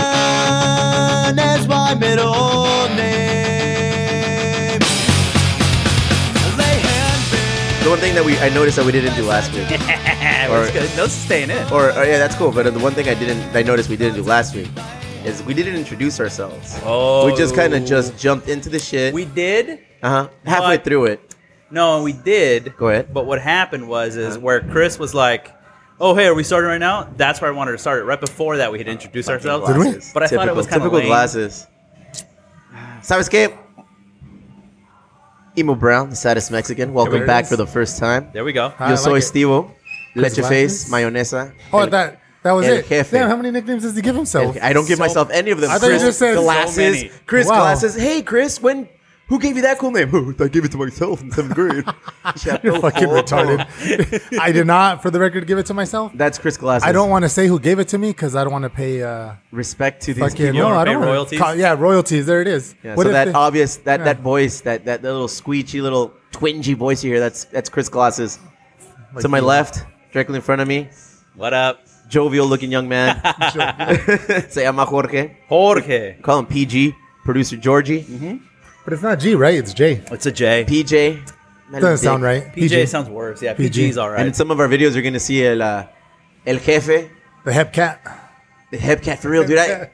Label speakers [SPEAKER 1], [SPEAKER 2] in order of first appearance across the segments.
[SPEAKER 1] Ocean is my middle name. They hand
[SPEAKER 2] The one thing that we I noticed that we didn't do last week,
[SPEAKER 3] Yeah, it's good. Those are staying in.
[SPEAKER 2] or, or yeah, that's cool. But the one thing I didn't I noticed we didn't do last week is we didn't introduce ourselves.
[SPEAKER 3] Oh.
[SPEAKER 2] We just kind of just jumped into the shit.
[SPEAKER 3] We did.
[SPEAKER 2] uh-huh. Halfway
[SPEAKER 3] But-
[SPEAKER 2] through it.
[SPEAKER 3] No, we did.
[SPEAKER 2] Go ahead. Uh-huh.
[SPEAKER 3] But what happened was is where Chris was like, "Oh, hey, are we starting right now?" That's where I wanted to start it. Right before that, we had introduced ourselves.
[SPEAKER 2] Did we?
[SPEAKER 3] But I thought it was kind of
[SPEAKER 2] typical glasses. Cyberscape. Emo Brown, the saddest Mexican.
[SPEAKER 3] There
[SPEAKER 2] Welcome
[SPEAKER 3] it
[SPEAKER 2] back
[SPEAKER 3] is.
[SPEAKER 2] for the first time.
[SPEAKER 3] There we go.
[SPEAKER 2] Yo
[SPEAKER 4] I like
[SPEAKER 2] soy
[SPEAKER 4] it.
[SPEAKER 2] Stevo. Leche face,
[SPEAKER 4] Glasses?
[SPEAKER 2] mayonesa.
[SPEAKER 4] Oh,
[SPEAKER 2] El-
[SPEAKER 4] that that was
[SPEAKER 2] El
[SPEAKER 4] it.
[SPEAKER 2] Jefe.
[SPEAKER 4] Damn, how many nicknames does he give himself?
[SPEAKER 2] I don't give
[SPEAKER 3] So-
[SPEAKER 2] myself any of them.
[SPEAKER 4] I thought you
[SPEAKER 2] Chris
[SPEAKER 4] just said so
[SPEAKER 2] glasses.
[SPEAKER 3] many.
[SPEAKER 2] Chris
[SPEAKER 4] Wow.
[SPEAKER 2] glasses. Hey, Chris, when who gave you that cool name? "Oh, I gave it to myself in seventh grade.
[SPEAKER 4] You're fucking retarded. I did not, for the record, give it to myself.
[SPEAKER 2] That's Chris glasses.
[SPEAKER 4] I don't want to say who gave it to me because I don't want to pay. Uh,
[SPEAKER 2] respect to these
[SPEAKER 4] fucking
[SPEAKER 2] people.
[SPEAKER 3] You
[SPEAKER 4] no,
[SPEAKER 3] don't
[SPEAKER 4] I
[SPEAKER 3] pay
[SPEAKER 4] don't wanna-
[SPEAKER 3] royalties?
[SPEAKER 4] co- yeah, royalties. There it is.
[SPEAKER 2] Yeah,
[SPEAKER 4] What
[SPEAKER 2] so
[SPEAKER 4] if
[SPEAKER 2] that
[SPEAKER 4] they-
[SPEAKER 2] obvious that,
[SPEAKER 4] yeah.
[SPEAKER 2] that voice, that, that little squeegee, little twingy voice you hear, that's that's Chris Glasses.
[SPEAKER 4] Like
[SPEAKER 2] to my
[SPEAKER 4] you.
[SPEAKER 2] left, directly in front of me,
[SPEAKER 3] What up,
[SPEAKER 2] jovial looking young man. Say ama Jorge.
[SPEAKER 3] Jorge?
[SPEAKER 2] Call him PG, producer Georgie. Mm-hmm.
[SPEAKER 4] but it's not G, right? It's J.
[SPEAKER 3] It's a J.
[SPEAKER 2] PJ.
[SPEAKER 4] Doesn't sound right.
[SPEAKER 3] PJ sounds worse. Yeah,
[SPEAKER 4] PG.
[SPEAKER 3] PG's all
[SPEAKER 2] And in
[SPEAKER 3] right.
[SPEAKER 2] some of our videos, you're going to see El, uh, El Jefe,
[SPEAKER 4] The Hepcat.
[SPEAKER 2] the Hepcat for real, dude. I,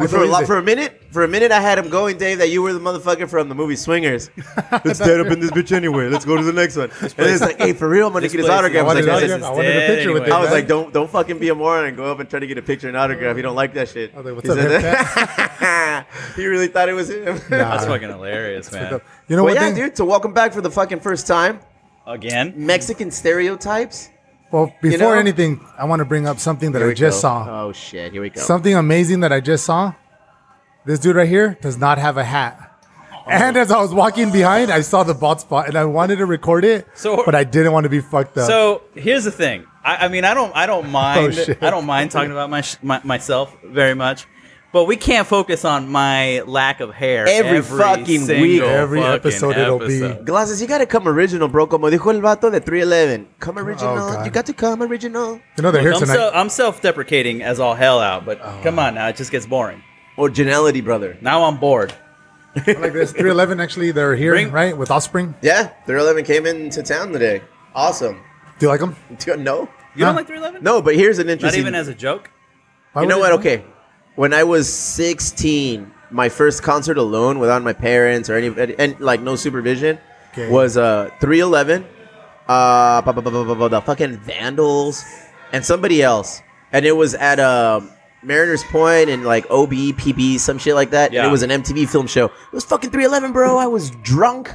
[SPEAKER 4] I
[SPEAKER 2] for, a
[SPEAKER 4] believe
[SPEAKER 2] lot,
[SPEAKER 4] it.
[SPEAKER 2] for a minute, for a minute, I had him going, Dave, that you were the motherfucker from the movie Swingers. Let's stand up in this bitch anyway. Let's go to the next one. And it's like, hey, for real, I'm going to
[SPEAKER 3] this
[SPEAKER 2] get his
[SPEAKER 3] place is-
[SPEAKER 2] autograph.
[SPEAKER 4] I
[SPEAKER 2] I was,
[SPEAKER 4] wanted,
[SPEAKER 2] like,
[SPEAKER 4] an
[SPEAKER 3] this
[SPEAKER 2] "This is-
[SPEAKER 3] is
[SPEAKER 4] autograph. I wanted a
[SPEAKER 3] dead
[SPEAKER 4] picture with
[SPEAKER 3] anyway.
[SPEAKER 2] I
[SPEAKER 4] it.
[SPEAKER 2] was
[SPEAKER 4] man.
[SPEAKER 2] like, don't don't fucking be a moron and go up and try to get a picture and autograph. You don't like that shit.
[SPEAKER 4] I was like, "What's
[SPEAKER 2] He
[SPEAKER 4] up,
[SPEAKER 2] said
[SPEAKER 4] Hepcat?"
[SPEAKER 2] that- he really thought it was him.
[SPEAKER 4] Nah.
[SPEAKER 3] That's fucking hilarious, man.
[SPEAKER 4] You know
[SPEAKER 2] Well,
[SPEAKER 4] what?
[SPEAKER 2] yeah,
[SPEAKER 4] thing?
[SPEAKER 2] dude. So welcome back for the fucking first time.
[SPEAKER 3] Again.
[SPEAKER 2] Mexican stereotypes.
[SPEAKER 4] Well, before
[SPEAKER 2] know?
[SPEAKER 4] anything, I want to bring up something that I just saw.
[SPEAKER 2] Oh shit! Here we go.
[SPEAKER 4] Something amazing that I just saw. This dude right here does not have a hat.
[SPEAKER 3] Oh.
[SPEAKER 4] And as I was walking behind, I saw the bald spot, and I wanted to record it,
[SPEAKER 3] So-
[SPEAKER 4] but I didn't want to be fucked up.
[SPEAKER 3] So here's the thing. I, I mean, I don't, I don't mind,
[SPEAKER 4] shit.
[SPEAKER 3] I don't mind talking about my, sh- my myself very much, but we can't focus on my lack of hair
[SPEAKER 2] Every fucking
[SPEAKER 3] single
[SPEAKER 2] week.
[SPEAKER 4] Every
[SPEAKER 3] fucking
[SPEAKER 4] episode it'll be.
[SPEAKER 3] episode.
[SPEAKER 2] Glasses, you gotta come original, bro. Como dijo el vato de 311. Come original.
[SPEAKER 4] God.
[SPEAKER 2] you got to come original.
[SPEAKER 4] you know they're here
[SPEAKER 3] I'm,
[SPEAKER 4] tonight.
[SPEAKER 3] so, I'm self-deprecating as all hell out, but come on now, it just gets boring.
[SPEAKER 2] Originality, brother.
[SPEAKER 3] Now I'm bored.
[SPEAKER 4] like this, 311 actually, they're here,
[SPEAKER 3] Bring-
[SPEAKER 4] right, with Offspring.
[SPEAKER 2] Yeah, 311 came into town today. Awesome.
[SPEAKER 4] Do you like them?
[SPEAKER 2] Do you- No,
[SPEAKER 3] You don't
[SPEAKER 4] Huh?
[SPEAKER 3] like 311?
[SPEAKER 2] no. But here's an
[SPEAKER 3] Not
[SPEAKER 2] interesting.
[SPEAKER 3] even as a joke.
[SPEAKER 4] Why
[SPEAKER 2] You know what?
[SPEAKER 4] would it-
[SPEAKER 2] Okay, when I was 16, my first concert alone, without my parents or any and like no supervision,
[SPEAKER 4] Okay.
[SPEAKER 2] was uh 311, uh bu- bu- bu- bu- bu- bu- the fucking Vandals, and somebody else, and it was at um Mariners Point and like E, OB PB some shit like that. And
[SPEAKER 3] Yeah.
[SPEAKER 2] it was an MTV film show. It was fucking 311, bro. I was drunk.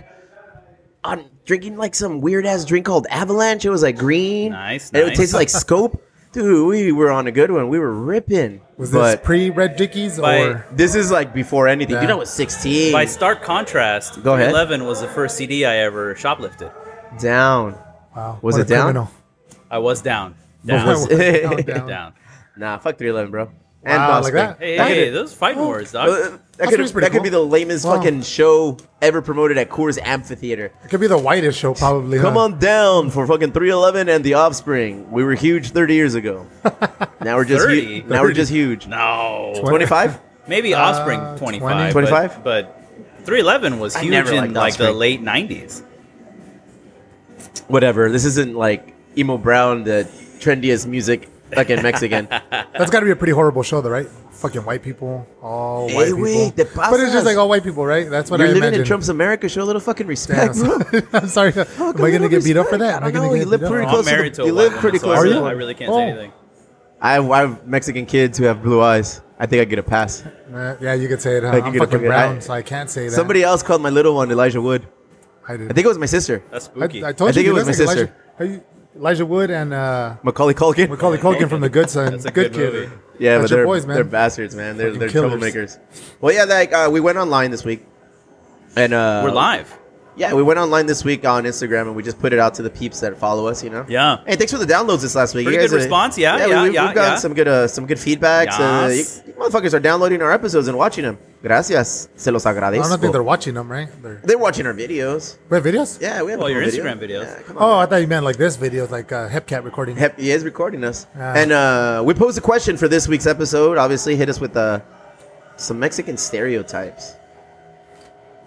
[SPEAKER 2] On drinking like some weird ass drink called Avalanche. It was like green.
[SPEAKER 3] Nice,
[SPEAKER 2] And it
[SPEAKER 3] nice.
[SPEAKER 2] tasted like scope. Dude, we were on a good one. We were ripping.
[SPEAKER 4] Was this
[SPEAKER 2] but
[SPEAKER 4] pre Red Dickies
[SPEAKER 3] By-
[SPEAKER 4] or?
[SPEAKER 2] this is like before anything. Dude,
[SPEAKER 4] Yeah.
[SPEAKER 2] I was 16.
[SPEAKER 3] By stark contrast,
[SPEAKER 2] Go ahead.
[SPEAKER 3] 311 was the first CD I ever shoplifted.
[SPEAKER 2] down.
[SPEAKER 4] Wow,
[SPEAKER 2] Was
[SPEAKER 4] what
[SPEAKER 2] it
[SPEAKER 4] a
[SPEAKER 2] down?
[SPEAKER 4] criminal.
[SPEAKER 3] I was down. Down.
[SPEAKER 2] was it?
[SPEAKER 4] Oh,
[SPEAKER 3] down.
[SPEAKER 2] Nah, fuck 311, bro. And
[SPEAKER 4] Wow,
[SPEAKER 2] Boss
[SPEAKER 4] like
[SPEAKER 2] Man.
[SPEAKER 4] that.
[SPEAKER 3] Hey,
[SPEAKER 4] That
[SPEAKER 3] hey,
[SPEAKER 4] could-
[SPEAKER 3] those fighting wars, dog.
[SPEAKER 2] Uh, That,
[SPEAKER 4] Boss
[SPEAKER 2] could,
[SPEAKER 4] Man's
[SPEAKER 2] that
[SPEAKER 4] pretty
[SPEAKER 2] could be the
[SPEAKER 4] cool.
[SPEAKER 2] lamest
[SPEAKER 4] Wow.
[SPEAKER 2] fucking show ever promoted at Coors Amphitheater.
[SPEAKER 4] It could be the whitest show, probably.
[SPEAKER 2] Come
[SPEAKER 4] huh?
[SPEAKER 2] on down for fucking 311 and The Offspring. We were huge 30 years ago. now we're just
[SPEAKER 3] 30?
[SPEAKER 2] huge. Now we're just huge.
[SPEAKER 3] no.
[SPEAKER 2] 25?
[SPEAKER 3] Maybe
[SPEAKER 2] Uh,
[SPEAKER 3] Offspring
[SPEAKER 4] 20.
[SPEAKER 3] 25.
[SPEAKER 2] 25?
[SPEAKER 3] But, but 311 was
[SPEAKER 2] I
[SPEAKER 3] huge
[SPEAKER 2] never
[SPEAKER 3] in
[SPEAKER 2] liked
[SPEAKER 3] like the
[SPEAKER 2] Offspring.
[SPEAKER 3] late 90s.
[SPEAKER 2] Whatever. This isn't like Emo Brown, the trendiest music fucking Mexican.
[SPEAKER 4] That's got to be a pretty horrible show, though, right? Fucking white people, all
[SPEAKER 2] Eh, güey,
[SPEAKER 4] white people.
[SPEAKER 2] te
[SPEAKER 4] But it's
[SPEAKER 2] pasas.
[SPEAKER 4] just like all white people, right? That's what
[SPEAKER 2] You're
[SPEAKER 4] I
[SPEAKER 2] living
[SPEAKER 4] imagine.
[SPEAKER 2] in Trump's America. Show a little fucking
[SPEAKER 4] Damn,
[SPEAKER 2] respect, bro.
[SPEAKER 4] I'm sorry. Am I
[SPEAKER 2] little
[SPEAKER 4] gonna get beat up
[SPEAKER 2] respect.
[SPEAKER 4] for that? Am
[SPEAKER 2] I
[SPEAKER 4] I
[SPEAKER 2] don't
[SPEAKER 4] gonna
[SPEAKER 2] know, you
[SPEAKER 4] get
[SPEAKER 2] live
[SPEAKER 4] beat up?
[SPEAKER 2] pretty
[SPEAKER 3] I'm
[SPEAKER 2] close to
[SPEAKER 3] married
[SPEAKER 2] the-
[SPEAKER 3] to a
[SPEAKER 2] you
[SPEAKER 3] white
[SPEAKER 2] live
[SPEAKER 3] woman,
[SPEAKER 2] pretty
[SPEAKER 3] so
[SPEAKER 2] close
[SPEAKER 3] I
[SPEAKER 4] to
[SPEAKER 3] really-
[SPEAKER 4] the-
[SPEAKER 3] I really can't
[SPEAKER 4] Oh.
[SPEAKER 3] say anything.
[SPEAKER 2] I have, I have Mexican kids who have blue eyes. I think I get a pass.
[SPEAKER 4] Uh, yeah, you could say it. Huh?
[SPEAKER 2] Like, you
[SPEAKER 4] I'm
[SPEAKER 2] could
[SPEAKER 4] fucking
[SPEAKER 2] fucking-
[SPEAKER 4] brown,
[SPEAKER 2] I-
[SPEAKER 4] so I can't say that.
[SPEAKER 2] Somebody else called my little one Elijah Wood.
[SPEAKER 4] I did.
[SPEAKER 2] I think it was my sister,
[SPEAKER 3] That's spooky.
[SPEAKER 4] I, I told
[SPEAKER 2] I
[SPEAKER 4] you.
[SPEAKER 2] think it was
[SPEAKER 4] dude, that's
[SPEAKER 2] my
[SPEAKER 4] like
[SPEAKER 2] sister.
[SPEAKER 4] Elijah, are you- Elijah Wood and uh,
[SPEAKER 2] Macaulay Culkin.
[SPEAKER 4] Macaulay Culkin from The Good Son.
[SPEAKER 3] That's a good
[SPEAKER 4] kid.
[SPEAKER 3] movie.
[SPEAKER 2] yeah, but
[SPEAKER 4] That's your
[SPEAKER 2] they're
[SPEAKER 4] boys, man.
[SPEAKER 2] they're bastards, man. They're
[SPEAKER 4] Fucking
[SPEAKER 2] they're
[SPEAKER 4] killers.
[SPEAKER 2] troublemakers. Well, yeah, like uh, we went online this week, and uh,
[SPEAKER 3] We're live.
[SPEAKER 2] Yeah, we went online this week on Instagram, and we just put it out to the peeps that follow us. You know.
[SPEAKER 3] Yeah.
[SPEAKER 2] Hey, thanks for the downloads this last week.
[SPEAKER 3] Pretty good response, yeah,
[SPEAKER 2] yeah,
[SPEAKER 3] yeah,
[SPEAKER 2] we,
[SPEAKER 3] yeah,
[SPEAKER 2] have gotten
[SPEAKER 3] yeah.
[SPEAKER 2] some good, uh, some good feedbacks. Uh,
[SPEAKER 3] Yes.
[SPEAKER 2] you, you motherfuckers are downloading our episodes and watching them. Gracias. Se los
[SPEAKER 4] I don't think they're
[SPEAKER 2] agradezco.
[SPEAKER 4] watching them, right? They're,
[SPEAKER 2] They're watching our videos.
[SPEAKER 4] we have videos?
[SPEAKER 2] Yeah, we have
[SPEAKER 3] Well,
[SPEAKER 2] a
[SPEAKER 3] Oh, your
[SPEAKER 2] cool video.
[SPEAKER 3] Instagram videos.
[SPEAKER 2] Yeah, come on.
[SPEAKER 4] Oh, I thought you meant like this videos, like uh, Hepcat recording.
[SPEAKER 2] Hep- he is recording us.
[SPEAKER 4] Ah.
[SPEAKER 2] And uh, we posed a question for this week's episode. Obviously, hit us with uh, some Mexican stereotypes.
[SPEAKER 4] Oh, I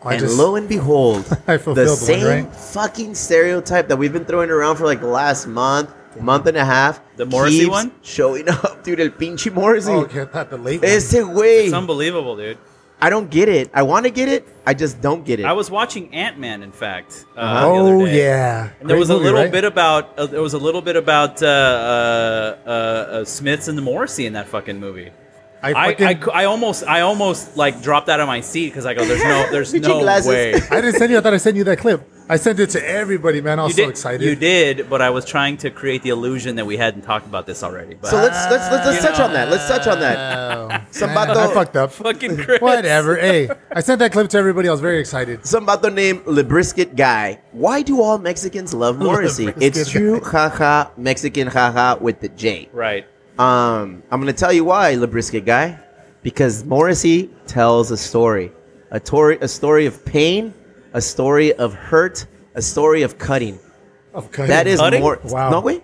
[SPEAKER 2] and
[SPEAKER 4] just-
[SPEAKER 2] lo and behold,
[SPEAKER 4] I
[SPEAKER 2] the
[SPEAKER 4] fulfilled one,
[SPEAKER 2] same
[SPEAKER 4] right?
[SPEAKER 2] fucking stereotype that we've been throwing around for like the last month, month and a half.
[SPEAKER 3] The Morrissey
[SPEAKER 2] keeps
[SPEAKER 3] one?
[SPEAKER 2] Showing up, dude. El pinche Morrissey.
[SPEAKER 4] oh, okay, I thought the late. one.
[SPEAKER 2] Este güey.
[SPEAKER 3] It's unbelievable, dude.
[SPEAKER 2] I don't get it. I want to get it. I just don't get it.
[SPEAKER 3] I was watching Ant Man, in fact. Uh, the
[SPEAKER 4] Oh
[SPEAKER 3] other day.
[SPEAKER 4] yeah.
[SPEAKER 3] And there
[SPEAKER 4] Great
[SPEAKER 3] was a
[SPEAKER 4] movie,
[SPEAKER 3] little
[SPEAKER 4] right?
[SPEAKER 3] bit about uh, there was a little bit about uh, uh, uh, uh, Smiths and the Morrissey in that fucking movie.
[SPEAKER 4] I
[SPEAKER 3] I,
[SPEAKER 4] fucking.
[SPEAKER 3] I,
[SPEAKER 4] I,
[SPEAKER 3] cou- I almost I almost like dropped out of my seat because I go there's no there's
[SPEAKER 2] Pitching
[SPEAKER 3] no
[SPEAKER 2] glasses.
[SPEAKER 3] way
[SPEAKER 4] didn't send you. I thought I sent you that clip. I sent it to everybody, man. I was
[SPEAKER 3] you
[SPEAKER 4] so
[SPEAKER 3] did
[SPEAKER 4] excited.
[SPEAKER 3] you did but I was trying to create the illusion that we hadn't talked about this already but
[SPEAKER 2] so let's let's let's,
[SPEAKER 3] Ah.
[SPEAKER 2] let's touch on that. Let's touch on that.
[SPEAKER 4] Oh,
[SPEAKER 2] Some
[SPEAKER 4] man,
[SPEAKER 2] vato-
[SPEAKER 4] I fucked up.
[SPEAKER 3] fucking Chris.
[SPEAKER 4] Whatever. hey, I sent that clip to everybody. I was very excited.
[SPEAKER 2] Some vato named Lebrisket guy. Why do all Mexicans love Morrissey? It's
[SPEAKER 4] Lebrisket
[SPEAKER 2] true,
[SPEAKER 4] guy.
[SPEAKER 2] haha, Mexican haha with the J.
[SPEAKER 3] right
[SPEAKER 2] Um, I'm gonna tell you why, Lebrisket guy, because Morrissey tells a story, a story, a story of pain, a story of hurt, a story of cutting.
[SPEAKER 4] Okay.
[SPEAKER 2] That is
[SPEAKER 3] Cutting?
[SPEAKER 2] more.
[SPEAKER 4] Wow.
[SPEAKER 2] No way.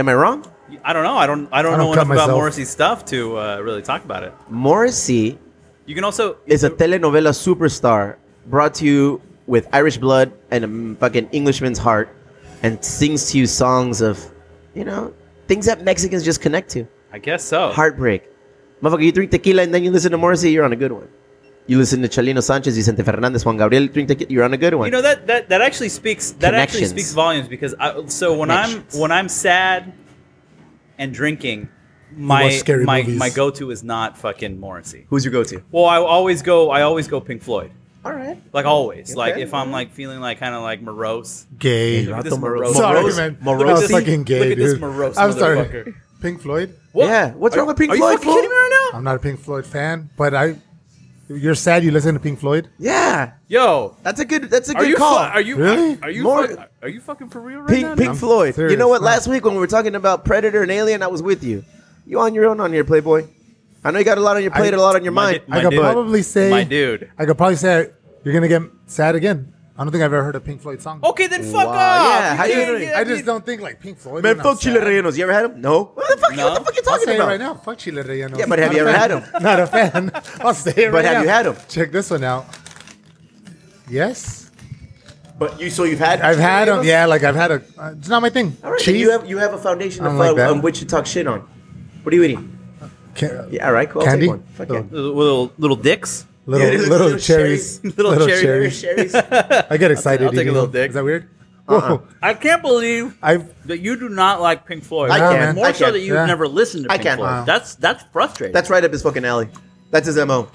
[SPEAKER 2] Am I wrong?
[SPEAKER 3] I don't know I don't I don't,
[SPEAKER 4] I don't
[SPEAKER 3] know
[SPEAKER 4] cut
[SPEAKER 3] enough about
[SPEAKER 4] myself.
[SPEAKER 3] Morrissey's stuff to uh, really talk about it
[SPEAKER 2] Morrissey
[SPEAKER 3] you can also
[SPEAKER 2] is a telenovela superstar brought to you with Irish blood and a m- fucking Englishman's heart and sings to you songs of, you know, things that Mexicans just connect to.
[SPEAKER 3] I guess so
[SPEAKER 2] Heartbreak. Motherfucker, you drink tequila and then you listen to Morrissey, you're on a good one. You listen to Chalino Sanchez, Vicente Fernandez, Juan Gabriel, drink tequila, you're on a good one.
[SPEAKER 3] You know that that that actually speaks that actually
[SPEAKER 2] Connections.
[SPEAKER 3] speaks volumes because I, so when I'm
[SPEAKER 2] Connections.
[SPEAKER 3] when I'm sad and drinking, my
[SPEAKER 4] watch scary
[SPEAKER 3] my
[SPEAKER 4] movies.
[SPEAKER 3] my go to is not fucking Morrissey.
[SPEAKER 2] Who's your go-to?
[SPEAKER 3] Well, I always go I always go Pink Floyd.
[SPEAKER 2] All right.
[SPEAKER 3] Like always, like
[SPEAKER 2] Okay.
[SPEAKER 3] if I'm like feeling like kind of like morose.
[SPEAKER 4] gay.
[SPEAKER 3] Look at this morose.
[SPEAKER 4] Sorry,
[SPEAKER 2] Morose-
[SPEAKER 4] man.
[SPEAKER 2] morose-
[SPEAKER 4] I was
[SPEAKER 3] Look at this-
[SPEAKER 4] fucking gay,
[SPEAKER 3] look at
[SPEAKER 4] dude.
[SPEAKER 3] this morose
[SPEAKER 4] I'm sorry.
[SPEAKER 3] motherfucker.
[SPEAKER 4] Pink Floyd.
[SPEAKER 3] What?
[SPEAKER 2] Yeah, what's
[SPEAKER 3] Are
[SPEAKER 2] wrong
[SPEAKER 3] you-
[SPEAKER 2] with Pink
[SPEAKER 3] are
[SPEAKER 2] Floyd,
[SPEAKER 3] You fucking
[SPEAKER 2] fool?
[SPEAKER 3] kidding me right now?
[SPEAKER 4] I'm not a Pink Floyd fan, but I. You're sad. You listen to Pink Floyd.
[SPEAKER 2] Yeah.
[SPEAKER 3] Yo,
[SPEAKER 2] That's a good that's a
[SPEAKER 3] are
[SPEAKER 2] good
[SPEAKER 3] you fu-
[SPEAKER 2] call.
[SPEAKER 3] are you
[SPEAKER 4] Really?
[SPEAKER 3] are you
[SPEAKER 2] Mor-
[SPEAKER 3] fuck- are you fucking for real right now?
[SPEAKER 2] Pink, Pink
[SPEAKER 4] I'm
[SPEAKER 2] Floyd. you
[SPEAKER 4] serious,
[SPEAKER 2] know what?
[SPEAKER 4] no.
[SPEAKER 2] Last week when we were talking about Predator and Alien, I was with you. You on your own on here, Playboy. I know you got a lot on your plate,
[SPEAKER 4] I-
[SPEAKER 2] a lot on your
[SPEAKER 3] My
[SPEAKER 2] mind.
[SPEAKER 3] di- my
[SPEAKER 4] I could
[SPEAKER 3] dude.
[SPEAKER 4] probably say
[SPEAKER 3] My dude.
[SPEAKER 4] I could probably say you're gonna get sad again. I don't think I've ever heard a Pink Floyd song.
[SPEAKER 3] Okay, then fuck
[SPEAKER 2] Wow,
[SPEAKER 3] off.
[SPEAKER 2] yeah, how you
[SPEAKER 3] can't
[SPEAKER 2] doing?
[SPEAKER 3] get
[SPEAKER 4] I
[SPEAKER 3] me-
[SPEAKER 4] just don't think like Pink Floyd.
[SPEAKER 2] Man,
[SPEAKER 4] when I'm
[SPEAKER 2] fuck chile
[SPEAKER 4] sad.
[SPEAKER 2] rellenos. You ever had them? No. What the fuck?
[SPEAKER 3] No.
[SPEAKER 2] What the fuck you
[SPEAKER 4] I'll
[SPEAKER 2] talking
[SPEAKER 4] say
[SPEAKER 2] about?
[SPEAKER 4] it right now. Fuck chile relleno.
[SPEAKER 2] Yeah, but have
[SPEAKER 4] Not
[SPEAKER 2] you
[SPEAKER 4] a
[SPEAKER 2] ever
[SPEAKER 4] fan.
[SPEAKER 2] had 'em?
[SPEAKER 4] Not a fan. I'll say it
[SPEAKER 2] But
[SPEAKER 4] right
[SPEAKER 2] have you
[SPEAKER 4] now.
[SPEAKER 2] had 'em?
[SPEAKER 4] Check this one out. Yes,
[SPEAKER 2] But you, so you've had.
[SPEAKER 4] I've had them.
[SPEAKER 2] chile rellenos?
[SPEAKER 4] Yeah, like I've had a. Uh, it's not my thing.
[SPEAKER 2] All right.
[SPEAKER 4] Cheese.
[SPEAKER 2] You have you have a foundation
[SPEAKER 4] I
[SPEAKER 2] of
[SPEAKER 4] don't like
[SPEAKER 2] uh,
[SPEAKER 4] that.
[SPEAKER 2] on which to talk shit on. What are you eating?
[SPEAKER 4] Ca-
[SPEAKER 2] Yeah. All right. Cool.
[SPEAKER 4] Candy?
[SPEAKER 2] I'll take one. Fuck yeah.
[SPEAKER 4] Oh.
[SPEAKER 3] little little, little dicks.
[SPEAKER 4] Little,
[SPEAKER 2] Yeah,
[SPEAKER 4] little
[SPEAKER 2] little
[SPEAKER 4] cherries.
[SPEAKER 2] cherries.
[SPEAKER 3] Little cherry-
[SPEAKER 2] Sherry's.
[SPEAKER 4] I get excited.
[SPEAKER 3] I'll take a
[SPEAKER 4] eating
[SPEAKER 3] little
[SPEAKER 4] them.
[SPEAKER 3] dick.
[SPEAKER 4] Is that weird?
[SPEAKER 2] Uh-uh.
[SPEAKER 4] Whoa.
[SPEAKER 3] I can't believe
[SPEAKER 4] I've
[SPEAKER 3] that you do not like Pink Floyd.
[SPEAKER 2] I
[SPEAKER 4] Yeah,
[SPEAKER 2] can.
[SPEAKER 4] man.
[SPEAKER 3] More
[SPEAKER 2] I
[SPEAKER 3] so
[SPEAKER 2] can.
[SPEAKER 3] that you've
[SPEAKER 4] Yeah.
[SPEAKER 3] never listened to
[SPEAKER 2] I
[SPEAKER 3] Pink
[SPEAKER 2] can.
[SPEAKER 3] Floyd.
[SPEAKER 4] Wow.
[SPEAKER 3] That's that's frustrating.
[SPEAKER 2] That's right up his fucking alley. That's his mo.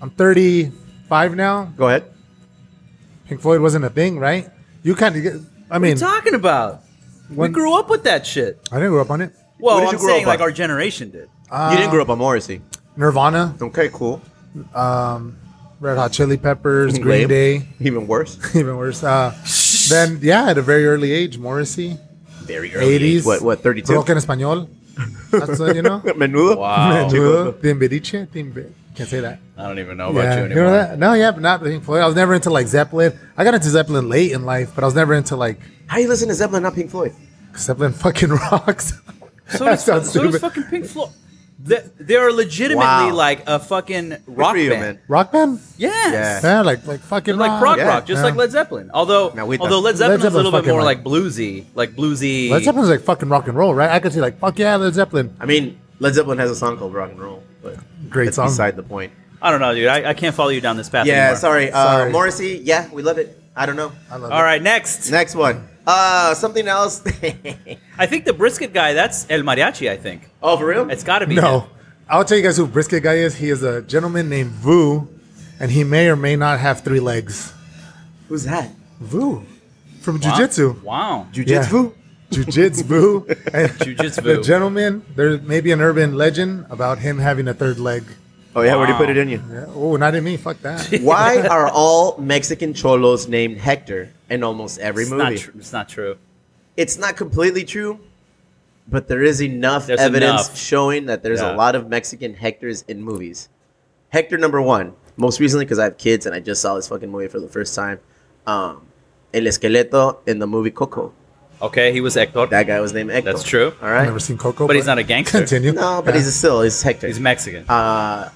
[SPEAKER 4] I'm 35 now.
[SPEAKER 2] Go ahead.
[SPEAKER 4] Pink Floyd wasn't a thing, right? You kind of get. I
[SPEAKER 3] what
[SPEAKER 4] mean,
[SPEAKER 3] are you talking about.
[SPEAKER 4] When-
[SPEAKER 3] we grew up with that shit.
[SPEAKER 4] I didn't grow up on it.
[SPEAKER 3] Well,
[SPEAKER 2] did you
[SPEAKER 3] I'm
[SPEAKER 2] grow up
[SPEAKER 3] saying like
[SPEAKER 2] on?
[SPEAKER 3] our generation
[SPEAKER 2] you
[SPEAKER 3] did.
[SPEAKER 4] Uh,
[SPEAKER 2] didn't grow up on Morrissey.
[SPEAKER 4] Nirvana,
[SPEAKER 2] Okay. Cool.
[SPEAKER 4] Red Hot Chili Peppers,
[SPEAKER 2] Lame.
[SPEAKER 4] Green Day,
[SPEAKER 2] Even worse.
[SPEAKER 4] even worse. Uh, then, yeah, at a very early age, Morrissey,
[SPEAKER 2] Very early.
[SPEAKER 4] 80s.
[SPEAKER 2] What? What? Thirty-two.
[SPEAKER 4] Rock en español. That's, uh, you know?
[SPEAKER 2] Menudo.
[SPEAKER 3] Wow.
[SPEAKER 4] Menudo, Timbiriche, Timbe- Can't say that.
[SPEAKER 3] I don't even know about
[SPEAKER 4] Yeah,
[SPEAKER 3] you
[SPEAKER 4] you
[SPEAKER 3] anymore.
[SPEAKER 4] know that? No, yeah, but not Pink Floyd. I was never into like Zeppelin. I got into Zeppelin late in life, but I was never into like
[SPEAKER 2] How you listen to Zeppelin, not Pink Floyd?
[SPEAKER 4] Zeppelin fucking rocks.
[SPEAKER 3] So,
[SPEAKER 4] That
[SPEAKER 3] does,
[SPEAKER 4] sounds
[SPEAKER 3] so does
[SPEAKER 4] stupid.
[SPEAKER 3] fucking Pink Floyd. They, they are legitimately
[SPEAKER 2] Wow.
[SPEAKER 3] like a fucking rock
[SPEAKER 2] for you,
[SPEAKER 3] band.
[SPEAKER 2] man.
[SPEAKER 4] Rock band?
[SPEAKER 3] Yes.
[SPEAKER 2] Yeah.
[SPEAKER 4] Yeah, like like fucking
[SPEAKER 3] They're like prog
[SPEAKER 2] Yeah.
[SPEAKER 3] rock, just
[SPEAKER 4] Yeah.
[SPEAKER 3] like Led Zeppelin. Although,
[SPEAKER 2] Now, wait,
[SPEAKER 3] although Led
[SPEAKER 4] Led
[SPEAKER 3] Zeppelin's a
[SPEAKER 4] Zeppelin's
[SPEAKER 3] little bit
[SPEAKER 4] fucking
[SPEAKER 3] more
[SPEAKER 4] like-
[SPEAKER 3] like bluesy, like bluesy.
[SPEAKER 4] Led Zeppelin's like fucking rock and roll, right? I could see like fuck yeah, Led Zeppelin.
[SPEAKER 2] I mean, Led Zeppelin has a song called Rock and Roll, but
[SPEAKER 4] Great
[SPEAKER 2] that's
[SPEAKER 4] song.
[SPEAKER 2] beside the point.
[SPEAKER 3] I don't know, dude. I, I can't follow you down this path.
[SPEAKER 2] Yeah,
[SPEAKER 3] anymore.
[SPEAKER 2] sorry. Uh,
[SPEAKER 4] Sorry.
[SPEAKER 2] Morrissey, yeah, we love it. I don't know.
[SPEAKER 4] I love
[SPEAKER 3] All right, next.
[SPEAKER 2] Next one. Uh, something else.
[SPEAKER 3] I think the brisket guy. That's El Mariachi. I think
[SPEAKER 2] oh, for real?
[SPEAKER 3] it's got to
[SPEAKER 4] it.
[SPEAKER 3] be.
[SPEAKER 4] No,
[SPEAKER 3] him.
[SPEAKER 4] I'll tell you guys who Brisket guy is. He is a gentleman named Vu, and he may or may not have three legs.
[SPEAKER 2] Who's that?
[SPEAKER 4] Vu,
[SPEAKER 3] Wow.
[SPEAKER 4] from jujitsu.
[SPEAKER 3] Wow.
[SPEAKER 2] Jujitsu?
[SPEAKER 4] Jujitsu Vu. And
[SPEAKER 3] Jiu-Jitsu
[SPEAKER 4] The
[SPEAKER 3] Vu.
[SPEAKER 4] gentleman. There may be an urban legend about him having a third leg.
[SPEAKER 2] Oh, yeah, where do you
[SPEAKER 3] Wow.
[SPEAKER 2] put it in you?
[SPEAKER 4] Yeah. Oh, not in me. Fuck that.
[SPEAKER 2] Why are all Mexican cholos named Hector in almost every
[SPEAKER 3] It's
[SPEAKER 2] movie?
[SPEAKER 3] not, tr- it's not true.
[SPEAKER 2] it's not completely true, but there is enough
[SPEAKER 3] There's
[SPEAKER 2] evidence
[SPEAKER 3] enough.
[SPEAKER 2] showing that there's
[SPEAKER 3] Yeah.
[SPEAKER 2] a lot of Mexican Hectors in movies. Hector number one, most recently because I have kids and I just saw this fucking movie for the first time. Um, El Esqueleto in the movie Coco.
[SPEAKER 3] Okay, he was Hector.
[SPEAKER 2] That guy was named Hector.
[SPEAKER 3] That's true.
[SPEAKER 2] All
[SPEAKER 4] I've
[SPEAKER 2] right.
[SPEAKER 4] never seen Coco.
[SPEAKER 3] But he's not a gangster.
[SPEAKER 4] Continue.
[SPEAKER 2] No, but
[SPEAKER 4] Yeah.
[SPEAKER 2] he's a still he's Hector.
[SPEAKER 3] He's Mexican.
[SPEAKER 2] uh,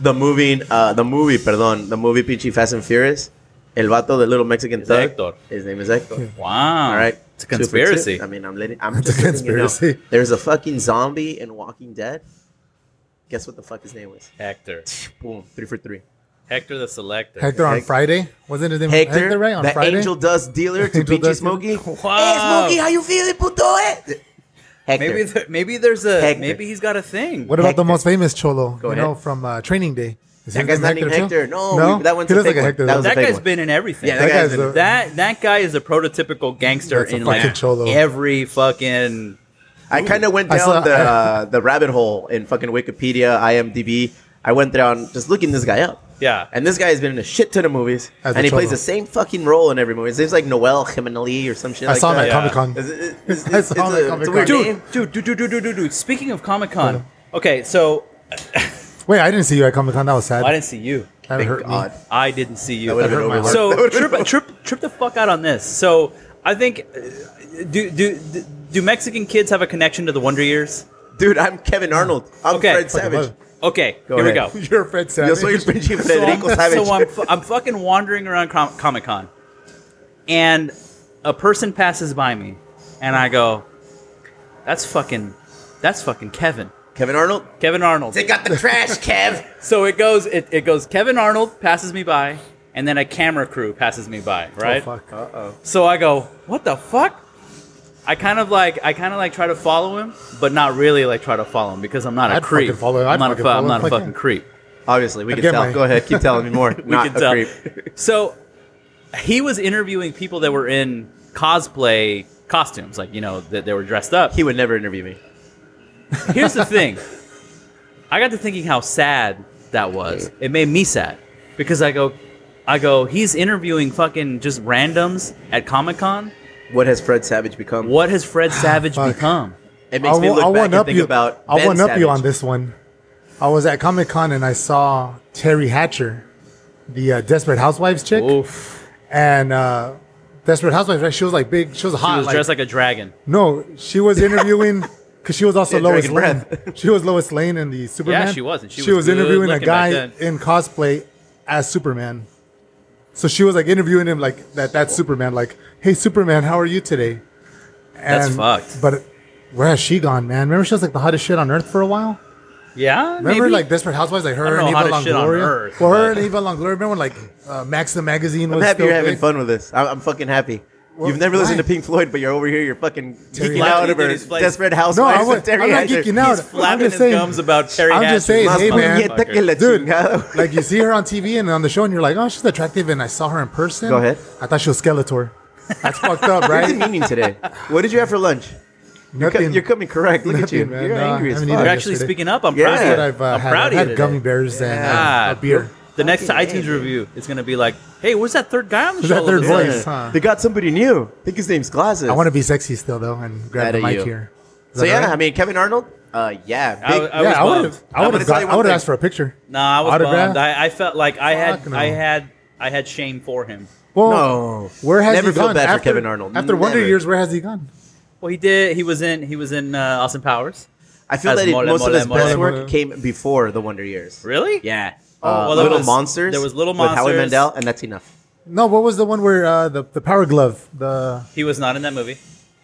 [SPEAKER 2] the movie, uh, the movie, perdón, the movie Pichi Fast and Furious. El vato, the little Mexican
[SPEAKER 3] Is
[SPEAKER 2] thug.
[SPEAKER 3] Hector.
[SPEAKER 2] His name is Hector.
[SPEAKER 3] wow.
[SPEAKER 2] All right.
[SPEAKER 3] It's a
[SPEAKER 2] Two for two.
[SPEAKER 3] conspiracy.
[SPEAKER 2] I mean, I'm letting. I'm
[SPEAKER 4] It's
[SPEAKER 2] just
[SPEAKER 4] a
[SPEAKER 2] letting you know.
[SPEAKER 4] conspiracy.
[SPEAKER 2] There's a fucking zombie in Walking Dead. Guess what the fuck his name was?
[SPEAKER 3] Hector.
[SPEAKER 2] Boom, three for three.
[SPEAKER 3] Hector the Selector.
[SPEAKER 4] Hector on
[SPEAKER 2] Hec-
[SPEAKER 4] Friday wasn't his name?
[SPEAKER 2] Hector,
[SPEAKER 4] right on
[SPEAKER 2] the
[SPEAKER 4] Friday.
[SPEAKER 2] angel dust dealer to
[SPEAKER 4] Angel
[SPEAKER 2] Pinchy
[SPEAKER 4] dust
[SPEAKER 2] Smokey.
[SPEAKER 4] dealer.
[SPEAKER 3] Wow.
[SPEAKER 2] Hey, Smokey, how you feeling, puto? Eh? Hector.
[SPEAKER 3] Maybe there, maybe there's a
[SPEAKER 2] Hector.
[SPEAKER 3] maybe he's got a thing.
[SPEAKER 4] What about
[SPEAKER 2] Hector.
[SPEAKER 4] the most famous cholo?
[SPEAKER 2] Go
[SPEAKER 4] you know
[SPEAKER 2] ahead.
[SPEAKER 4] from uh, Training Day. Is
[SPEAKER 2] That
[SPEAKER 4] his
[SPEAKER 2] guy's
[SPEAKER 4] name
[SPEAKER 2] not named
[SPEAKER 4] too?
[SPEAKER 2] Hector. No, we- that one's
[SPEAKER 4] he
[SPEAKER 2] a
[SPEAKER 4] looks like
[SPEAKER 2] fake
[SPEAKER 4] a
[SPEAKER 2] one. That
[SPEAKER 4] Hector.
[SPEAKER 2] was
[SPEAKER 4] That was
[SPEAKER 2] a
[SPEAKER 3] that
[SPEAKER 2] fake
[SPEAKER 3] guy's
[SPEAKER 2] one.
[SPEAKER 3] been in everything.
[SPEAKER 2] Yeah, that
[SPEAKER 4] That
[SPEAKER 2] guy's
[SPEAKER 4] guy's
[SPEAKER 2] in-
[SPEAKER 4] a-
[SPEAKER 3] that that guy is a prototypical gangster
[SPEAKER 4] That's a
[SPEAKER 3] in
[SPEAKER 4] fucking
[SPEAKER 3] like
[SPEAKER 4] cholo.
[SPEAKER 3] every fucking
[SPEAKER 2] I kind of went
[SPEAKER 4] I
[SPEAKER 2] down
[SPEAKER 4] saw-
[SPEAKER 2] the uh, the rabbit hole in fucking Wikipedia, IMDb. I went down just looking this guy up.
[SPEAKER 3] yeah.
[SPEAKER 2] And this guy has been in a shit ton of movies,
[SPEAKER 4] As
[SPEAKER 2] and
[SPEAKER 4] a
[SPEAKER 2] he plays
[SPEAKER 4] cholo.
[SPEAKER 2] the same fucking role in every movie. It seems like Noel Jimenez or some shit.
[SPEAKER 4] I
[SPEAKER 2] like
[SPEAKER 4] saw him
[SPEAKER 2] that.
[SPEAKER 4] at
[SPEAKER 3] Yeah.
[SPEAKER 4] Comic Con.
[SPEAKER 2] It's, it's- it's-
[SPEAKER 4] I saw
[SPEAKER 2] it's
[SPEAKER 4] him at
[SPEAKER 2] a, it's a
[SPEAKER 4] Comic-Con.
[SPEAKER 2] weird
[SPEAKER 3] Dude,
[SPEAKER 2] name.
[SPEAKER 3] dude, dude, dude, dude, dude, dude, dude. Speaking of Comic Con, okay, so
[SPEAKER 4] Wait, I didn't see you at Comic Con. That was sad.
[SPEAKER 3] I didn't see you.
[SPEAKER 4] that
[SPEAKER 2] Thank
[SPEAKER 4] hurt
[SPEAKER 2] God.
[SPEAKER 4] me.
[SPEAKER 3] I didn't see you.
[SPEAKER 2] That would have been
[SPEAKER 4] hurt my
[SPEAKER 2] over.
[SPEAKER 4] heart.
[SPEAKER 3] So trip, trip, trip the fuck out on this. So I think uh, do do do- do Mexican kids have a connection to the Wonder Years?
[SPEAKER 2] dude, I'm Kevin Arnold. I'm
[SPEAKER 3] Okay.
[SPEAKER 2] Fred
[SPEAKER 4] Fucking
[SPEAKER 2] Savage.
[SPEAKER 4] love
[SPEAKER 3] Okay,
[SPEAKER 2] Go
[SPEAKER 3] here
[SPEAKER 2] ahead.
[SPEAKER 3] we go.
[SPEAKER 4] it. You're Fred
[SPEAKER 2] Yo
[SPEAKER 4] Savage.
[SPEAKER 2] soy el pinche
[SPEAKER 3] So
[SPEAKER 2] Federico
[SPEAKER 3] I'm,
[SPEAKER 2] Savage.
[SPEAKER 3] so I'm, fu- I'm fucking wandering around com- Comic Con, and a person passes by me, and I go, "That's fucking, that's fucking Kevin,
[SPEAKER 2] Kevin Arnold.
[SPEAKER 3] Kevin Arnold."
[SPEAKER 2] They got the trash, Kev.
[SPEAKER 3] So it goes, it, it goes. Kevin Arnold passes me by, and then a camera crew passes me by, right?
[SPEAKER 4] Oh, fuck.
[SPEAKER 3] So I go, what the fuck? I kind of like, I kind of like try to follow him, but not really like try to follow him because I'm not a
[SPEAKER 4] I'd
[SPEAKER 3] creep.
[SPEAKER 4] fucking follow him. I'd
[SPEAKER 3] I'm not a,
[SPEAKER 4] fucking
[SPEAKER 3] fu- I'm
[SPEAKER 4] follow
[SPEAKER 3] not
[SPEAKER 4] him.
[SPEAKER 3] a
[SPEAKER 4] Fuck
[SPEAKER 3] fucking
[SPEAKER 4] yeah.
[SPEAKER 3] creep.
[SPEAKER 2] Obviously, we
[SPEAKER 4] I'd
[SPEAKER 2] can
[SPEAKER 4] get
[SPEAKER 2] tell.
[SPEAKER 4] my-
[SPEAKER 2] Go ahead, keep telling me more.
[SPEAKER 3] We
[SPEAKER 2] Not
[SPEAKER 3] can tell.
[SPEAKER 2] a creep.
[SPEAKER 3] So he was interviewing people that were in cosplay costumes, like you know that they were dressed up.
[SPEAKER 2] He would never interview me.
[SPEAKER 3] Here's the thing. I got to thinking how sad that was. It made me sad because I go, I go. He's interviewing fucking just randoms at Comic Con.
[SPEAKER 2] What has Fred Savage become?
[SPEAKER 3] What has Fred Savage
[SPEAKER 4] Ah, Fuck.
[SPEAKER 3] become?
[SPEAKER 2] It makes me
[SPEAKER 4] wa-
[SPEAKER 2] look back
[SPEAKER 4] one
[SPEAKER 2] and
[SPEAKER 4] up
[SPEAKER 2] think
[SPEAKER 4] you,
[SPEAKER 2] about.
[SPEAKER 4] I
[SPEAKER 2] Ben
[SPEAKER 4] one up you on
[SPEAKER 2] Savage.
[SPEAKER 4] this one. I was at Comic Con and I saw Terry Hatcher, the uh, Desperate Housewives chick,
[SPEAKER 3] Oof.
[SPEAKER 4] and uh, Desperate Housewives. Right? She was like big. She was hot.
[SPEAKER 3] He was
[SPEAKER 4] like-
[SPEAKER 3] dressed like a dragon.
[SPEAKER 4] no, she was interviewing because she was also
[SPEAKER 2] Yeah,
[SPEAKER 4] Lois
[SPEAKER 2] Dragon
[SPEAKER 4] Lane.
[SPEAKER 2] Breath.
[SPEAKER 4] She was Lois Lane in the Superman.
[SPEAKER 3] she was, and she
[SPEAKER 4] she
[SPEAKER 3] was
[SPEAKER 4] was,
[SPEAKER 3] good
[SPEAKER 4] interviewing a
[SPEAKER 3] looking back
[SPEAKER 4] guy
[SPEAKER 3] then.
[SPEAKER 4] in cosplay as Superman. So she was like interviewing him like that. That's Superman. Like, hey Superman, how are you today?
[SPEAKER 3] That's fucked.
[SPEAKER 4] But where has she gone, man? Remember she was like the hottest shit on earth for a while.
[SPEAKER 3] Yeah,
[SPEAKER 4] Remember,
[SPEAKER 3] maybe?
[SPEAKER 4] like Desperate Housewives, like her
[SPEAKER 3] I don't
[SPEAKER 4] and
[SPEAKER 3] know how
[SPEAKER 4] Eva
[SPEAKER 3] to shit on
[SPEAKER 4] Longoria.
[SPEAKER 3] Earth,
[SPEAKER 4] well, her
[SPEAKER 3] but-
[SPEAKER 4] and Eva Longoria. Remember when like uh, Max the magazine
[SPEAKER 2] I'm
[SPEAKER 4] was
[SPEAKER 2] happy
[SPEAKER 4] still
[SPEAKER 2] you're having
[SPEAKER 4] big?
[SPEAKER 2] fun with this. I'm, I'm fucking happy.
[SPEAKER 4] Well,
[SPEAKER 2] You've never listened
[SPEAKER 4] why?
[SPEAKER 2] to Pink Floyd, but you're over here. You're fucking geeking
[SPEAKER 3] Hatcher.
[SPEAKER 2] out over
[SPEAKER 3] He's like-
[SPEAKER 2] Desperate
[SPEAKER 4] No, I
[SPEAKER 2] Housewives.
[SPEAKER 4] was,
[SPEAKER 2] of Terry
[SPEAKER 4] I'm not
[SPEAKER 2] Hatcher.
[SPEAKER 4] geeking out.
[SPEAKER 3] He's flapping
[SPEAKER 4] I'm just
[SPEAKER 3] his
[SPEAKER 4] saying,
[SPEAKER 3] gums about Terry
[SPEAKER 4] I'm just saying,
[SPEAKER 2] Más
[SPEAKER 4] hey man,
[SPEAKER 2] puñeta que la
[SPEAKER 4] Dude.
[SPEAKER 2] chingada.
[SPEAKER 4] like you see her on TV and on the show, and you're like, oh, she's attractive, and I saw her in person.
[SPEAKER 2] Go ahead.
[SPEAKER 4] I thought she was Skeletor. That's fucked up,
[SPEAKER 2] You're
[SPEAKER 4] right?
[SPEAKER 2] demeaning today. What did you have for lunch? Co-
[SPEAKER 4] Nothing.
[SPEAKER 2] You're coming correct. Look at you.
[SPEAKER 4] Nothing, man.
[SPEAKER 2] You're
[SPEAKER 4] No,
[SPEAKER 2] angry as
[SPEAKER 4] haven't
[SPEAKER 2] fuck.
[SPEAKER 3] You're
[SPEAKER 4] eaten.
[SPEAKER 3] actually
[SPEAKER 4] yesterday.
[SPEAKER 3] speaking up. I'm
[SPEAKER 2] Yeah.
[SPEAKER 3] proud of you.
[SPEAKER 4] That's what I've uh,
[SPEAKER 3] I'm
[SPEAKER 4] had.
[SPEAKER 3] proud
[SPEAKER 4] I've
[SPEAKER 3] of you
[SPEAKER 4] had
[SPEAKER 3] today.
[SPEAKER 4] gummy bears
[SPEAKER 3] Yeah.
[SPEAKER 2] Ah,
[SPEAKER 4] and uh, a beer.
[SPEAKER 3] The next
[SPEAKER 2] Fucking
[SPEAKER 3] iTunes
[SPEAKER 2] A,
[SPEAKER 3] review is going to be like, hey, where's that third guy on the
[SPEAKER 4] Who's
[SPEAKER 3] show?
[SPEAKER 4] that third
[SPEAKER 3] Yeah.
[SPEAKER 4] voice? huh?
[SPEAKER 2] They got somebody new. I think his name's Glasses.
[SPEAKER 4] I want to be sexy still though, and grab
[SPEAKER 2] That
[SPEAKER 4] the
[SPEAKER 2] are
[SPEAKER 4] mic
[SPEAKER 2] you.
[SPEAKER 4] here. Is
[SPEAKER 2] So
[SPEAKER 4] that
[SPEAKER 2] yeah,
[SPEAKER 4] right?
[SPEAKER 2] I mean Kevin Arnold. Uh, yeah,
[SPEAKER 3] I-
[SPEAKER 2] big.
[SPEAKER 3] I- was
[SPEAKER 4] yeah, I would
[SPEAKER 2] I'm
[SPEAKER 3] bummed.
[SPEAKER 4] have. I would
[SPEAKER 2] gonna
[SPEAKER 4] have.
[SPEAKER 2] tell you
[SPEAKER 4] got- I
[SPEAKER 2] one
[SPEAKER 4] would
[SPEAKER 2] thing.
[SPEAKER 4] have asked for a picture.
[SPEAKER 3] No, I was
[SPEAKER 4] Autograph?
[SPEAKER 3] bummed. I, I felt like I had,
[SPEAKER 4] Fuck no.
[SPEAKER 3] I had, I had shame for him.
[SPEAKER 4] Well,
[SPEAKER 2] No.
[SPEAKER 4] Where has
[SPEAKER 2] Never
[SPEAKER 4] he
[SPEAKER 2] feel
[SPEAKER 4] gone?
[SPEAKER 2] bad for
[SPEAKER 4] after,
[SPEAKER 2] Kevin Arnold.
[SPEAKER 4] After Wonder
[SPEAKER 2] Never.
[SPEAKER 4] Years, where has he gone?
[SPEAKER 3] Well, he did. He was in. He was in uh, Austin Powers.
[SPEAKER 2] I feel
[SPEAKER 3] As
[SPEAKER 2] that it-
[SPEAKER 3] mole,
[SPEAKER 2] most
[SPEAKER 3] mole,
[SPEAKER 2] of his
[SPEAKER 3] mole.
[SPEAKER 2] best
[SPEAKER 4] Mole,
[SPEAKER 2] work
[SPEAKER 4] mole.
[SPEAKER 2] came before the Wonder Years.
[SPEAKER 3] Really?
[SPEAKER 2] Yeah.
[SPEAKER 3] Oh,
[SPEAKER 2] Uh,
[SPEAKER 3] well, there
[SPEAKER 2] Little
[SPEAKER 3] was-
[SPEAKER 2] Monsters.
[SPEAKER 3] there was Little
[SPEAKER 2] with Howie
[SPEAKER 3] Monsters.
[SPEAKER 2] Mandel, and that's enough.
[SPEAKER 4] No, what was the one where uh, the the Power Glove? The
[SPEAKER 3] He was not in that movie.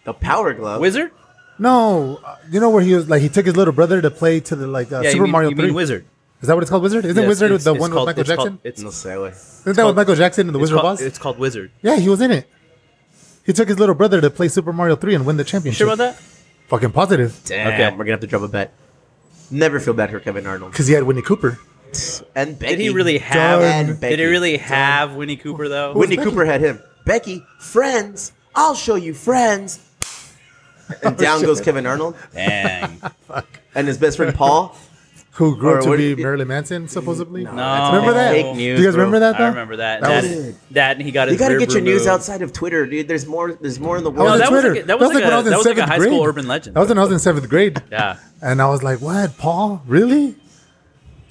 [SPEAKER 2] The Power Glove.
[SPEAKER 3] Wizard?
[SPEAKER 4] no, uh, you know where he was like he took his little brother to play to the like uh,
[SPEAKER 3] yeah,
[SPEAKER 4] Super
[SPEAKER 3] you mean,
[SPEAKER 4] Mario
[SPEAKER 3] you
[SPEAKER 4] Three.
[SPEAKER 3] mean Wizard?
[SPEAKER 4] Is that what it's called? Wizard? Isn't
[SPEAKER 3] Yes,
[SPEAKER 4] Wizard
[SPEAKER 3] it's-
[SPEAKER 4] the
[SPEAKER 3] it's
[SPEAKER 4] one
[SPEAKER 3] called-
[SPEAKER 4] with Michael
[SPEAKER 3] it's called-
[SPEAKER 4] Jackson?
[SPEAKER 3] it's
[SPEAKER 2] no sé, güey.
[SPEAKER 4] Isn't that
[SPEAKER 3] called-
[SPEAKER 4] with Michael Jackson and the
[SPEAKER 3] it's
[SPEAKER 4] Wizard of
[SPEAKER 3] called,
[SPEAKER 4] Oz?
[SPEAKER 3] it's called Wizard.
[SPEAKER 4] Yeah, he was in it. He took his little brother to play Super Mario Three and win the
[SPEAKER 3] You
[SPEAKER 4] championship.
[SPEAKER 3] sure about that?
[SPEAKER 4] Fucking positive,
[SPEAKER 2] Damn,
[SPEAKER 3] Okay.
[SPEAKER 2] we're gonna have to drop a bet. Never feel bad for Kevin Arnold.
[SPEAKER 4] because he had Winnie Cooper.
[SPEAKER 2] And Becky.
[SPEAKER 3] Did he really
[SPEAKER 2] Done.
[SPEAKER 3] have? Did
[SPEAKER 2] Becky.
[SPEAKER 3] he really have Winnie Cooper though?
[SPEAKER 2] Whitney
[SPEAKER 4] Becky?
[SPEAKER 2] Cooper had him. Becky, friends. I'll show you friends. And down goes Kevin Arnold
[SPEAKER 3] Dang.
[SPEAKER 2] and his best friend Paul.
[SPEAKER 4] Who grew
[SPEAKER 2] Or
[SPEAKER 4] up to
[SPEAKER 2] what-
[SPEAKER 4] be Marilyn Manson, supposedly.
[SPEAKER 2] No,
[SPEAKER 3] No.
[SPEAKER 4] Remember that?
[SPEAKER 2] Fake news,
[SPEAKER 4] Do you guys
[SPEAKER 2] bro.
[SPEAKER 4] remember that? Though?
[SPEAKER 3] I remember that.
[SPEAKER 4] That
[SPEAKER 3] That,
[SPEAKER 2] was-
[SPEAKER 3] that, and he got his.
[SPEAKER 2] You gotta
[SPEAKER 3] rib
[SPEAKER 2] get your news
[SPEAKER 3] removed.
[SPEAKER 2] outside of Twitter, dude. There's more. There's more in the
[SPEAKER 4] I
[SPEAKER 2] world.
[SPEAKER 4] was
[SPEAKER 3] that
[SPEAKER 4] on
[SPEAKER 3] was
[SPEAKER 4] Twitter.
[SPEAKER 3] like a- that was like
[SPEAKER 4] when
[SPEAKER 3] a-
[SPEAKER 4] I was in
[SPEAKER 3] that was like a
[SPEAKER 4] seventh
[SPEAKER 3] high
[SPEAKER 4] grade.
[SPEAKER 3] school urban legend.
[SPEAKER 4] That was when I was in seventh grade.
[SPEAKER 3] Yeah.
[SPEAKER 4] And I was like, what, Paul? Really?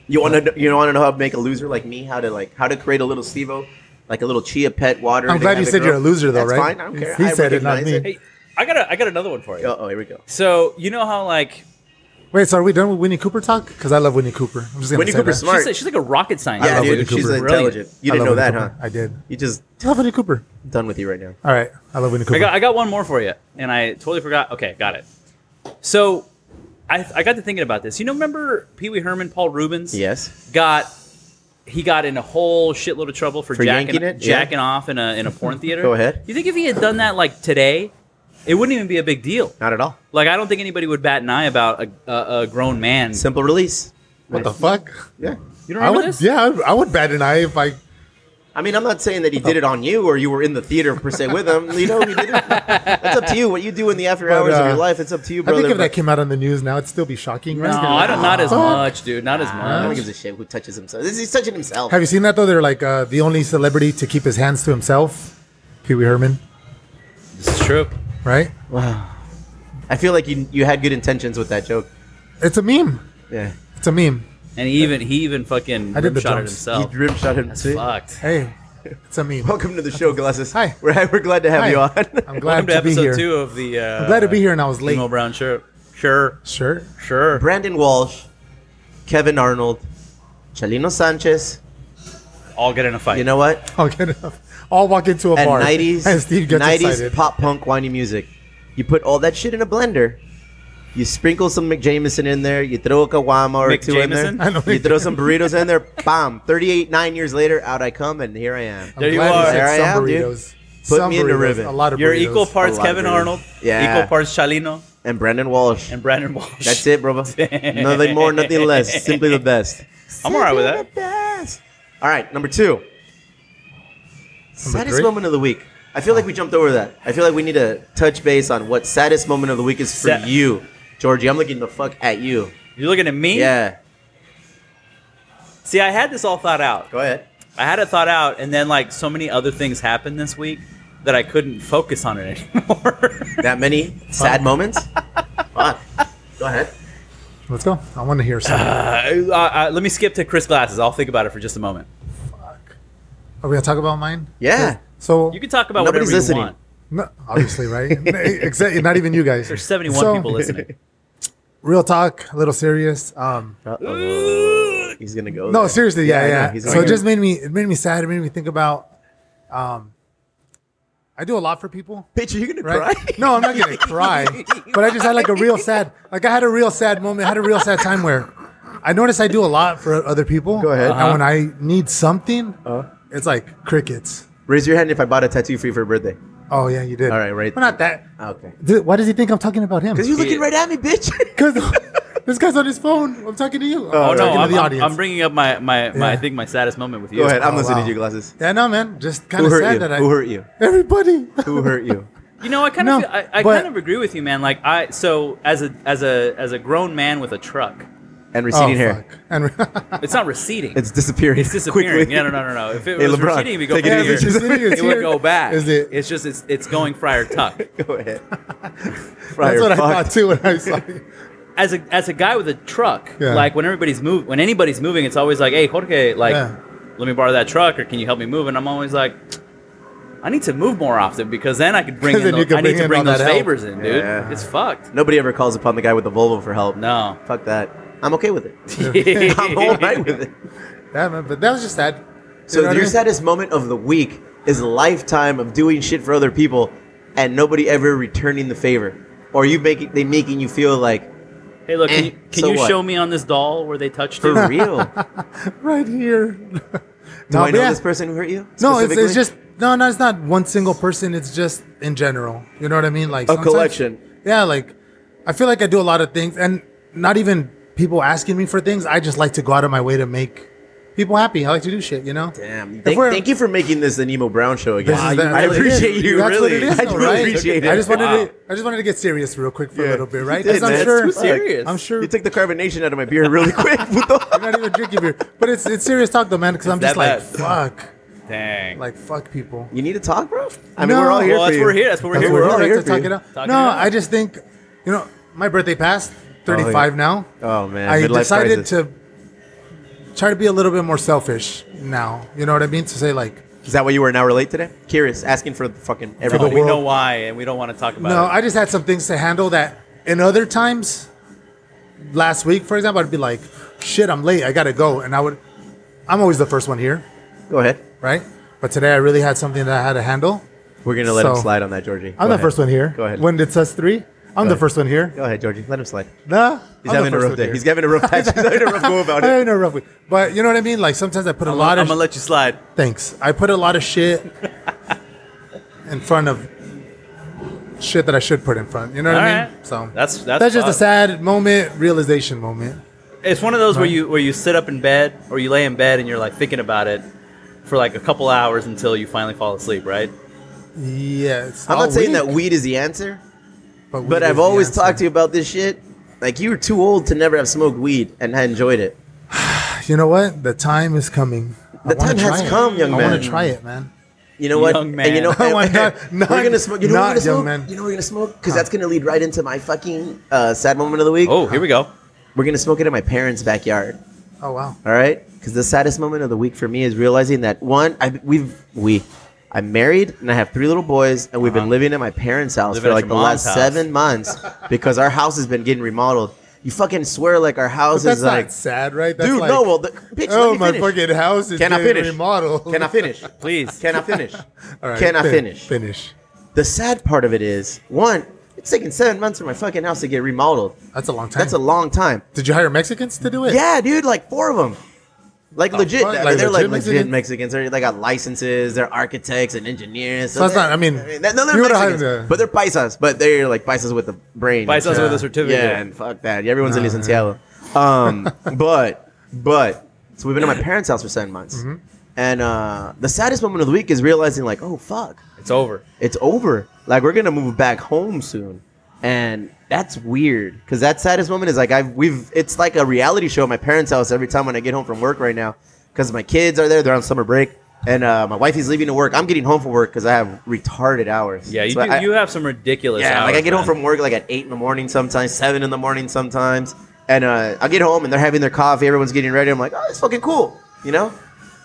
[SPEAKER 2] You want to you want to know how to make a loser like me? How to like how to create a little Stevo, like a little chia pet water.
[SPEAKER 4] I'm
[SPEAKER 2] to
[SPEAKER 4] glad
[SPEAKER 2] have
[SPEAKER 4] you
[SPEAKER 2] it
[SPEAKER 4] said
[SPEAKER 2] grow?
[SPEAKER 4] you're a loser, though,
[SPEAKER 2] That's
[SPEAKER 4] right?
[SPEAKER 2] Fine, I don't care.
[SPEAKER 4] He
[SPEAKER 2] I
[SPEAKER 4] said it, not
[SPEAKER 2] recognize
[SPEAKER 4] me.
[SPEAKER 3] Hey, I got a, I got another one for you.
[SPEAKER 2] Uh oh, here we go.
[SPEAKER 3] So you know how like
[SPEAKER 4] Wait, so are we done with Winnie Cooper talk? Because I love Winnie Cooper. I'm just gonna
[SPEAKER 2] Winnie
[SPEAKER 4] say
[SPEAKER 2] Cooper's
[SPEAKER 4] that.
[SPEAKER 2] smart.
[SPEAKER 3] she's like, she's like a rocket scientist.
[SPEAKER 2] yeah,
[SPEAKER 4] love
[SPEAKER 2] dude,
[SPEAKER 4] Winnie
[SPEAKER 2] she's
[SPEAKER 4] Cooper.
[SPEAKER 2] intelligent. You
[SPEAKER 4] I
[SPEAKER 2] didn't
[SPEAKER 4] love
[SPEAKER 2] know
[SPEAKER 4] Winnie
[SPEAKER 2] that, huh?
[SPEAKER 4] Cooper. I did.
[SPEAKER 2] You just
[SPEAKER 4] I love Winnie Cooper.
[SPEAKER 2] done with you right now.
[SPEAKER 4] All right, I love Winnie Cooper.
[SPEAKER 3] I got I got one more for you, and I totally forgot. Okay, got it. So I I got to thinking about this. You know, remember Pee Wee Herman, Paul Rubens?
[SPEAKER 2] Yes.
[SPEAKER 3] Got he got in a whole shitload of trouble for,
[SPEAKER 2] For
[SPEAKER 3] jacking,
[SPEAKER 2] yanking it? Yeah.
[SPEAKER 3] jacking off in a in a porn theater.
[SPEAKER 2] Go ahead.
[SPEAKER 3] You think if he had done that like today, it wouldn't even be a big deal.
[SPEAKER 2] Not at all.
[SPEAKER 3] Like I don't think anybody would bat an eye about a a, a grown man.
[SPEAKER 2] Simple release.
[SPEAKER 4] what the fuck?
[SPEAKER 2] Yeah.
[SPEAKER 3] you don't
[SPEAKER 4] I
[SPEAKER 3] remember
[SPEAKER 4] would.
[SPEAKER 3] this?
[SPEAKER 4] Yeah, I would- I would bat an eye if I.
[SPEAKER 2] I mean, I'm not saying that he
[SPEAKER 4] Oh.
[SPEAKER 2] did it on you or you were in the theater per se with him. You know, he did it. That's up to you. What you do in the after
[SPEAKER 4] But,
[SPEAKER 2] hours of
[SPEAKER 4] uh,
[SPEAKER 2] your life, it's up to you,
[SPEAKER 4] I
[SPEAKER 2] brother.
[SPEAKER 4] think if that
[SPEAKER 2] but-
[SPEAKER 4] came out on the news now, it'd still be shocking,
[SPEAKER 3] No,
[SPEAKER 4] right?
[SPEAKER 3] I don't. Not as
[SPEAKER 4] Fuck.
[SPEAKER 3] much, dude. Not as
[SPEAKER 2] no one
[SPEAKER 3] much.
[SPEAKER 2] gives a shit who touches himself. This- He's touching himself.
[SPEAKER 4] Have you seen that though? They're like uh, the only celebrity to keep his hands to himself, Pee Wee Herman,
[SPEAKER 3] It's true.
[SPEAKER 4] right?
[SPEAKER 2] I feel like you you had good intentions with that joke.
[SPEAKER 4] It's a meme.
[SPEAKER 2] Yeah.
[SPEAKER 4] It's a meme.
[SPEAKER 3] And he even he even fucking
[SPEAKER 4] I did
[SPEAKER 3] rim
[SPEAKER 4] the
[SPEAKER 3] shot
[SPEAKER 4] jumps.
[SPEAKER 2] He
[SPEAKER 3] himself.
[SPEAKER 2] rim shot him.
[SPEAKER 3] That's
[SPEAKER 2] too.
[SPEAKER 3] fucked.
[SPEAKER 4] Hey, it's a meme.
[SPEAKER 2] Welcome to the show, Glasses.
[SPEAKER 4] Hi.
[SPEAKER 2] We're, we're glad to have
[SPEAKER 4] Hi.
[SPEAKER 2] you on.
[SPEAKER 4] I'm
[SPEAKER 3] Welcome
[SPEAKER 4] glad
[SPEAKER 3] to
[SPEAKER 4] to be
[SPEAKER 3] episode
[SPEAKER 4] here.
[SPEAKER 3] two of the. Uh,
[SPEAKER 4] I'm glad to be here, and I was late.
[SPEAKER 3] Emo Brown shirt. Sure,
[SPEAKER 4] Sure.
[SPEAKER 3] sure.
[SPEAKER 2] Brandon Walsh, Kevin Arnold, Chalino Sanchez.
[SPEAKER 3] All get in a fight.
[SPEAKER 2] You know what?
[SPEAKER 4] I'll get enough. I'll walk into a
[SPEAKER 2] And
[SPEAKER 4] bar.
[SPEAKER 2] 90s,
[SPEAKER 4] and Steve gets
[SPEAKER 2] 90s
[SPEAKER 4] excited.
[SPEAKER 2] pop punk whiny music. You put all that shit in a blender. You sprinkle some McJameson in there. You throw a kawama or two in
[SPEAKER 3] McJameson? I
[SPEAKER 4] know.
[SPEAKER 2] there. You throw some burritos in there. Bam! Thirty-eight, nine years later, out I come, and here I am.
[SPEAKER 4] I'm
[SPEAKER 3] There you
[SPEAKER 4] glad
[SPEAKER 3] are.
[SPEAKER 4] said
[SPEAKER 2] There I
[SPEAKER 4] some
[SPEAKER 2] am, dude.
[SPEAKER 4] burritos.
[SPEAKER 2] Put
[SPEAKER 4] Some
[SPEAKER 2] me in the
[SPEAKER 4] burritos,
[SPEAKER 2] ribbon.
[SPEAKER 4] A lot of
[SPEAKER 3] you're
[SPEAKER 4] burritos.
[SPEAKER 3] equal parts
[SPEAKER 2] A lot of
[SPEAKER 3] Kevin
[SPEAKER 2] burritos.
[SPEAKER 3] Arnold,
[SPEAKER 2] Yeah.
[SPEAKER 3] equal parts Chalino,
[SPEAKER 2] And Brandon Walsh.
[SPEAKER 3] and Brandon Walsh.
[SPEAKER 2] That's it, bro. nothing more, nothing less. Simply the best.
[SPEAKER 3] I'm all right with
[SPEAKER 2] Simply
[SPEAKER 3] that.
[SPEAKER 2] the best. All right, number two. saddest
[SPEAKER 4] three?
[SPEAKER 2] moment of the week. I feel like we jumped over that. I feel like we need to touch base on what saddest moment of the week is for
[SPEAKER 3] Sa-
[SPEAKER 2] you, Georgie. I'm looking the fuck at you.
[SPEAKER 3] You're looking at me.
[SPEAKER 2] Yeah.
[SPEAKER 3] See, I had this all thought out.
[SPEAKER 2] Go ahead.
[SPEAKER 3] I had it thought out, and then like so many other things happened this week that I couldn't focus on it anymore.
[SPEAKER 2] That many sad moments? Fuck. Go ahead.
[SPEAKER 4] Let's go. I want to hear some.
[SPEAKER 3] uh, uh, uh, let me skip to Chris Glasses. I'll think about it for just a moment.
[SPEAKER 4] Are we gonna talk about mine?
[SPEAKER 2] Yeah.
[SPEAKER 4] So
[SPEAKER 3] You can talk about
[SPEAKER 2] Nobody's
[SPEAKER 3] whatever
[SPEAKER 2] listening.
[SPEAKER 3] you want.
[SPEAKER 4] No, obviously, right? exactly. Not even you guys.
[SPEAKER 3] There's 71
[SPEAKER 4] So,
[SPEAKER 3] people listening.
[SPEAKER 4] Real talk, a little serious. Um,
[SPEAKER 2] Uh-oh. He's gonna go.
[SPEAKER 4] no,
[SPEAKER 2] there.
[SPEAKER 4] seriously,
[SPEAKER 2] I
[SPEAKER 4] yeah,
[SPEAKER 2] know.
[SPEAKER 4] yeah.
[SPEAKER 2] He's
[SPEAKER 4] So
[SPEAKER 2] gonna
[SPEAKER 4] it
[SPEAKER 2] go.
[SPEAKER 4] just made me. It made me sad. It made me think about. Um, I do a lot for people,
[SPEAKER 2] bitch. Are you gonna
[SPEAKER 4] right?
[SPEAKER 2] cry?
[SPEAKER 4] No, I'm not gonna cry, but I just had like a real sad. Like I had a real sad moment. I had a real sad time where I noticed I do a lot for other people.
[SPEAKER 2] Go ahead.
[SPEAKER 4] And when I need something, it's like crickets.
[SPEAKER 2] Raise your hand if I bought a tattoo for you for your birthday.
[SPEAKER 4] Oh yeah, you did.
[SPEAKER 2] All right, right.
[SPEAKER 4] Well, not that.
[SPEAKER 2] Okay.
[SPEAKER 4] Dude, why does he think I'm talking about him?
[SPEAKER 2] Because you're looking right at me, bitch.
[SPEAKER 4] Because this guy's on his phone. I'm talking to you.
[SPEAKER 2] Oh,
[SPEAKER 3] Oh
[SPEAKER 4] I'm
[SPEAKER 3] no,
[SPEAKER 4] talking
[SPEAKER 3] I'm,
[SPEAKER 4] to the
[SPEAKER 3] I'm-
[SPEAKER 4] audience.
[SPEAKER 3] I'm bringing up my my, my I
[SPEAKER 4] Yeah.
[SPEAKER 3] think my saddest moment with you.
[SPEAKER 2] Go ahead. I'm
[SPEAKER 4] Oh,
[SPEAKER 2] listening
[SPEAKER 4] wow.
[SPEAKER 2] to you, glasses.
[SPEAKER 4] yeah, no, man. Just kind
[SPEAKER 2] Who
[SPEAKER 4] of
[SPEAKER 2] hurt
[SPEAKER 4] sad
[SPEAKER 2] you?
[SPEAKER 4] that I.
[SPEAKER 2] Who hurt you?
[SPEAKER 4] Everybody.
[SPEAKER 2] Who hurt you?
[SPEAKER 3] You know, I kind of
[SPEAKER 4] No,
[SPEAKER 3] I, I
[SPEAKER 4] but-
[SPEAKER 3] kind of agree with you, man. Like I so as a as a as a grown man with a truck,
[SPEAKER 2] And
[SPEAKER 4] Oh,
[SPEAKER 2] receding hair.
[SPEAKER 4] fuck. And
[SPEAKER 3] it's not receding.
[SPEAKER 2] It's disappearing.
[SPEAKER 3] it's disappearing.
[SPEAKER 2] Quickly.
[SPEAKER 3] Yeah, no, no, no, no. If it
[SPEAKER 2] Hey,
[SPEAKER 3] was
[SPEAKER 2] LeBron,
[SPEAKER 3] receding, we go
[SPEAKER 2] take
[SPEAKER 3] back
[SPEAKER 2] it
[SPEAKER 4] yeah,
[SPEAKER 2] easy.
[SPEAKER 3] here.
[SPEAKER 4] it's just sitting- it's
[SPEAKER 3] It would
[SPEAKER 4] here.
[SPEAKER 3] go back.
[SPEAKER 4] Is it?
[SPEAKER 3] It's just it's it's going Friar Tuck.
[SPEAKER 2] Go ahead.
[SPEAKER 4] That's
[SPEAKER 2] Friar
[SPEAKER 4] what I
[SPEAKER 2] fucked.
[SPEAKER 4] thought too when I saw you.
[SPEAKER 3] As a as a guy with a truck,
[SPEAKER 4] Yeah.
[SPEAKER 3] like when everybody's move when anybody's moving, it's always like, hey Jorge, like
[SPEAKER 4] Yeah.
[SPEAKER 3] let me borrow that truck or can you help me move? And I'm always like. I need to move more often because then I could bring in.
[SPEAKER 4] 'Cause then
[SPEAKER 3] tho-
[SPEAKER 4] you could
[SPEAKER 3] I need
[SPEAKER 4] bring
[SPEAKER 3] to
[SPEAKER 4] in
[SPEAKER 3] bring
[SPEAKER 4] all
[SPEAKER 3] those
[SPEAKER 4] that help.
[SPEAKER 3] favors in, dude.
[SPEAKER 2] Yeah.
[SPEAKER 3] It's fucked.
[SPEAKER 2] Nobody ever calls upon the guy with the Volvo for help.
[SPEAKER 3] No.
[SPEAKER 2] Fuck that. I'm okay with it. I'm all right with it.
[SPEAKER 4] Yeah, man. But that was just sad. You
[SPEAKER 2] So
[SPEAKER 4] know what I
[SPEAKER 2] your
[SPEAKER 4] mean?
[SPEAKER 2] saddest moment of the week is a lifetime of doing shit for other people and nobody ever returning the favor. Or you making they making you feel like
[SPEAKER 3] Hey, look, can
[SPEAKER 2] Eh,
[SPEAKER 3] you, can
[SPEAKER 2] so
[SPEAKER 3] you
[SPEAKER 2] what?
[SPEAKER 3] show me on this doll where they touched it?
[SPEAKER 2] for real.
[SPEAKER 4] right here.
[SPEAKER 2] Do
[SPEAKER 4] No,
[SPEAKER 2] I know
[SPEAKER 4] yeah.
[SPEAKER 2] this person who hurt you?
[SPEAKER 4] No, it's,
[SPEAKER 2] specifically?
[SPEAKER 4] it's just no, no. It's not one single person. It's just in general. You know what I mean? Like sometimes-
[SPEAKER 2] collection.
[SPEAKER 4] Yeah, like I feel like I do a lot of things, and not even people asking me for things. I just like to go out of my way to make people happy. I like to do shit. You know?
[SPEAKER 2] Damn.
[SPEAKER 4] If
[SPEAKER 2] Thank,
[SPEAKER 4] we're-
[SPEAKER 2] thank you for making this the Nemo Brown show again.
[SPEAKER 4] This is
[SPEAKER 2] Wow,
[SPEAKER 4] the-
[SPEAKER 2] I appreciate you.
[SPEAKER 4] That's
[SPEAKER 2] really.
[SPEAKER 4] what it is,
[SPEAKER 2] I
[SPEAKER 4] though,
[SPEAKER 2] do
[SPEAKER 4] right?
[SPEAKER 2] appreciate it.
[SPEAKER 4] I just wanted
[SPEAKER 3] Wow.
[SPEAKER 4] to, I just wanted to get serious real quick for
[SPEAKER 2] Yeah.
[SPEAKER 4] a little bit, right?
[SPEAKER 2] You did,
[SPEAKER 4] 'Cause I'm
[SPEAKER 2] man.
[SPEAKER 4] sure.
[SPEAKER 2] It's too
[SPEAKER 3] serious.
[SPEAKER 4] I'm sure.
[SPEAKER 2] You took the carbonation out of my beer really quick. Puto.
[SPEAKER 4] I'm not even drinking beer, but it's it's serious talk though, man. Because I'm
[SPEAKER 3] It's
[SPEAKER 4] just
[SPEAKER 3] that
[SPEAKER 4] like fuck,
[SPEAKER 3] Dang.
[SPEAKER 4] like fuck people.
[SPEAKER 2] You need to talk, bro? I mean,
[SPEAKER 4] No.
[SPEAKER 2] we're all here
[SPEAKER 3] well,
[SPEAKER 2] for
[SPEAKER 3] that's
[SPEAKER 2] you.
[SPEAKER 3] we're here. That's what we're
[SPEAKER 4] That's
[SPEAKER 3] here.
[SPEAKER 4] what
[SPEAKER 2] we're
[SPEAKER 4] we
[SPEAKER 2] all
[SPEAKER 4] like
[SPEAKER 2] here
[SPEAKER 4] to
[SPEAKER 2] for
[SPEAKER 4] talk
[SPEAKER 2] you.
[SPEAKER 4] it out.
[SPEAKER 3] Talking
[SPEAKER 4] no,
[SPEAKER 3] it out.
[SPEAKER 4] I just think, you know, my birthday passed. 35 now.
[SPEAKER 2] Oh, yeah.
[SPEAKER 4] I
[SPEAKER 2] Midlife
[SPEAKER 4] decided
[SPEAKER 2] crisis.
[SPEAKER 4] to try to be a little bit more selfish now. You know what I mean? To say like,
[SPEAKER 2] Is that why you were an hour late today? Curious, asking for fucking
[SPEAKER 3] But
[SPEAKER 2] everybody.
[SPEAKER 3] we
[SPEAKER 4] world.
[SPEAKER 3] know why, and we don't want to talk about
[SPEAKER 4] no,
[SPEAKER 3] it.
[SPEAKER 4] I just had some things to handle that in other times, last week, for example, I'd be like, shit, I'm late. I got to go. And I would, I'm always the first one here,
[SPEAKER 2] Go ahead.
[SPEAKER 4] right? But today I really had something that I had to handle.
[SPEAKER 2] We're gonna let him
[SPEAKER 4] So-
[SPEAKER 2] slide on that, Georgie.
[SPEAKER 4] I'm
[SPEAKER 2] Go
[SPEAKER 4] the
[SPEAKER 2] ahead.
[SPEAKER 4] first one here.
[SPEAKER 2] Go ahead.
[SPEAKER 4] When it's us three, I'm the
[SPEAKER 2] ahead.
[SPEAKER 4] first one here.
[SPEAKER 2] Go ahead, Georgie. Let him slide.
[SPEAKER 4] Nah.
[SPEAKER 2] He's having a rough day. He's having a rough time. He's having a rough go about
[SPEAKER 4] I
[SPEAKER 2] it.
[SPEAKER 4] having a rough week. But you know what I mean? Like sometimes I put a
[SPEAKER 3] I'm,
[SPEAKER 4] lot
[SPEAKER 3] I'm
[SPEAKER 4] of
[SPEAKER 3] gonna let you slide.
[SPEAKER 4] Thanks. I put a lot of shit in front of shit that I should put in front. You know what I mean?
[SPEAKER 3] All right.
[SPEAKER 4] So
[SPEAKER 3] That's- that's
[SPEAKER 4] just a
[SPEAKER 3] tough.
[SPEAKER 4] sad moment, realization moment.
[SPEAKER 3] It's one of those where you where you sit up in bed or you lay in bed and you're like thinking about it for like a couple hours until you finally fall asleep, right?
[SPEAKER 4] Yeah, it's
[SPEAKER 2] I'm
[SPEAKER 4] all
[SPEAKER 2] not saying
[SPEAKER 4] week,
[SPEAKER 2] that weed is the answer,
[SPEAKER 4] weed
[SPEAKER 2] but
[SPEAKER 4] is
[SPEAKER 2] I've
[SPEAKER 4] the
[SPEAKER 2] always
[SPEAKER 4] answer.
[SPEAKER 2] talked to you about this shit. Like you were too old to never have smoked weed and had enjoyed it.
[SPEAKER 4] You know what? The time is coming. I
[SPEAKER 2] The
[SPEAKER 4] wanna
[SPEAKER 2] time has
[SPEAKER 4] try it.
[SPEAKER 2] come, young
[SPEAKER 4] I want
[SPEAKER 2] man.
[SPEAKER 4] to try it, man.
[SPEAKER 2] You know what?
[SPEAKER 3] Young
[SPEAKER 2] And you
[SPEAKER 3] man.
[SPEAKER 2] know,
[SPEAKER 4] Why
[SPEAKER 2] and-
[SPEAKER 4] not?
[SPEAKER 2] we're
[SPEAKER 4] Not-
[SPEAKER 2] gonna smoke. You know,
[SPEAKER 4] not
[SPEAKER 2] what we're gonna
[SPEAKER 4] young
[SPEAKER 2] smoke.
[SPEAKER 4] man.
[SPEAKER 2] You know, we're gonna smoke because that's gonna lead right into my fucking uh, sad moment of the week.
[SPEAKER 3] Oh, here we go.
[SPEAKER 2] we're gonna smoke it in my parents' backyard.
[SPEAKER 4] Oh wow.
[SPEAKER 2] All right, because the saddest moment of the week for me is realizing that one, I we've we, I'm married and I have three little boys, and we've
[SPEAKER 4] Uh-huh.
[SPEAKER 2] been living at my parents' house
[SPEAKER 3] Living
[SPEAKER 2] for
[SPEAKER 3] at
[SPEAKER 2] like
[SPEAKER 3] your
[SPEAKER 2] the last
[SPEAKER 3] mom's house.
[SPEAKER 2] seven months because our house has been getting remodeled. You fucking swear like our
[SPEAKER 4] But
[SPEAKER 2] house
[SPEAKER 4] that's
[SPEAKER 2] is
[SPEAKER 4] not
[SPEAKER 2] like,
[SPEAKER 4] sad, right? That's
[SPEAKER 2] dude,
[SPEAKER 4] like,
[SPEAKER 2] no, well, the, bitch, let
[SPEAKER 4] oh
[SPEAKER 2] me
[SPEAKER 4] my
[SPEAKER 2] finish.
[SPEAKER 4] fucking house is
[SPEAKER 2] Can I
[SPEAKER 4] getting
[SPEAKER 2] finish?
[SPEAKER 4] remodeled.
[SPEAKER 2] Can I finish?
[SPEAKER 3] Please.
[SPEAKER 2] Can I finish?
[SPEAKER 4] All right,
[SPEAKER 2] Can I
[SPEAKER 4] fin-
[SPEAKER 2] finish?
[SPEAKER 4] Finish.
[SPEAKER 2] The sad part of it is one, it's taking seven months for my fucking house to get remodeled.
[SPEAKER 4] That's a long time.
[SPEAKER 2] That's a long time.
[SPEAKER 4] Did you hire Mexicans to do it?
[SPEAKER 2] Yeah, dude, like four of them. Like legit,
[SPEAKER 4] fuck?
[SPEAKER 2] I mean,
[SPEAKER 4] Like
[SPEAKER 2] they're
[SPEAKER 4] legit
[SPEAKER 2] like legit
[SPEAKER 4] Mexicans?
[SPEAKER 2] Mexicans. They're, they got licenses. They're architects and engineers.
[SPEAKER 4] So that's
[SPEAKER 2] they're-
[SPEAKER 4] not- I mean,
[SPEAKER 2] no, they're
[SPEAKER 4] you would've
[SPEAKER 2] Mexicans,
[SPEAKER 4] hired a-
[SPEAKER 2] but they're paisas. But they're like paisas with the brain.
[SPEAKER 3] Buys us
[SPEAKER 4] Yeah.
[SPEAKER 3] with a certificate.
[SPEAKER 2] Yeah, and fuck that. Everyone's in
[SPEAKER 4] Nah.
[SPEAKER 2] Licenciado. Um, but but so we've been at my parents' house for seven months, and uh, the saddest moment of the week is realizing like, oh fuck,
[SPEAKER 3] It's over.
[SPEAKER 2] it's over. Like we're gonna move back home soon, and that's weird because that saddest moment is like I've we've it's like a reality show at my parents' house every time when I get home from work right now because my kids are there. They're on summer break, and uh, my wife is leaving to work. I'm getting home from work because I have retarded hours.
[SPEAKER 3] Yeah, you
[SPEAKER 2] So
[SPEAKER 3] do,
[SPEAKER 2] I-
[SPEAKER 3] you have some ridiculous.
[SPEAKER 2] yeah,
[SPEAKER 3] hours,
[SPEAKER 2] like I get home
[SPEAKER 3] man.
[SPEAKER 2] from work like at eight in the morning sometimes, seven in the morning sometimes, and uh, I get home and they're having their coffee. Everyone's getting ready. I'm like, oh, it's fucking cool, you know.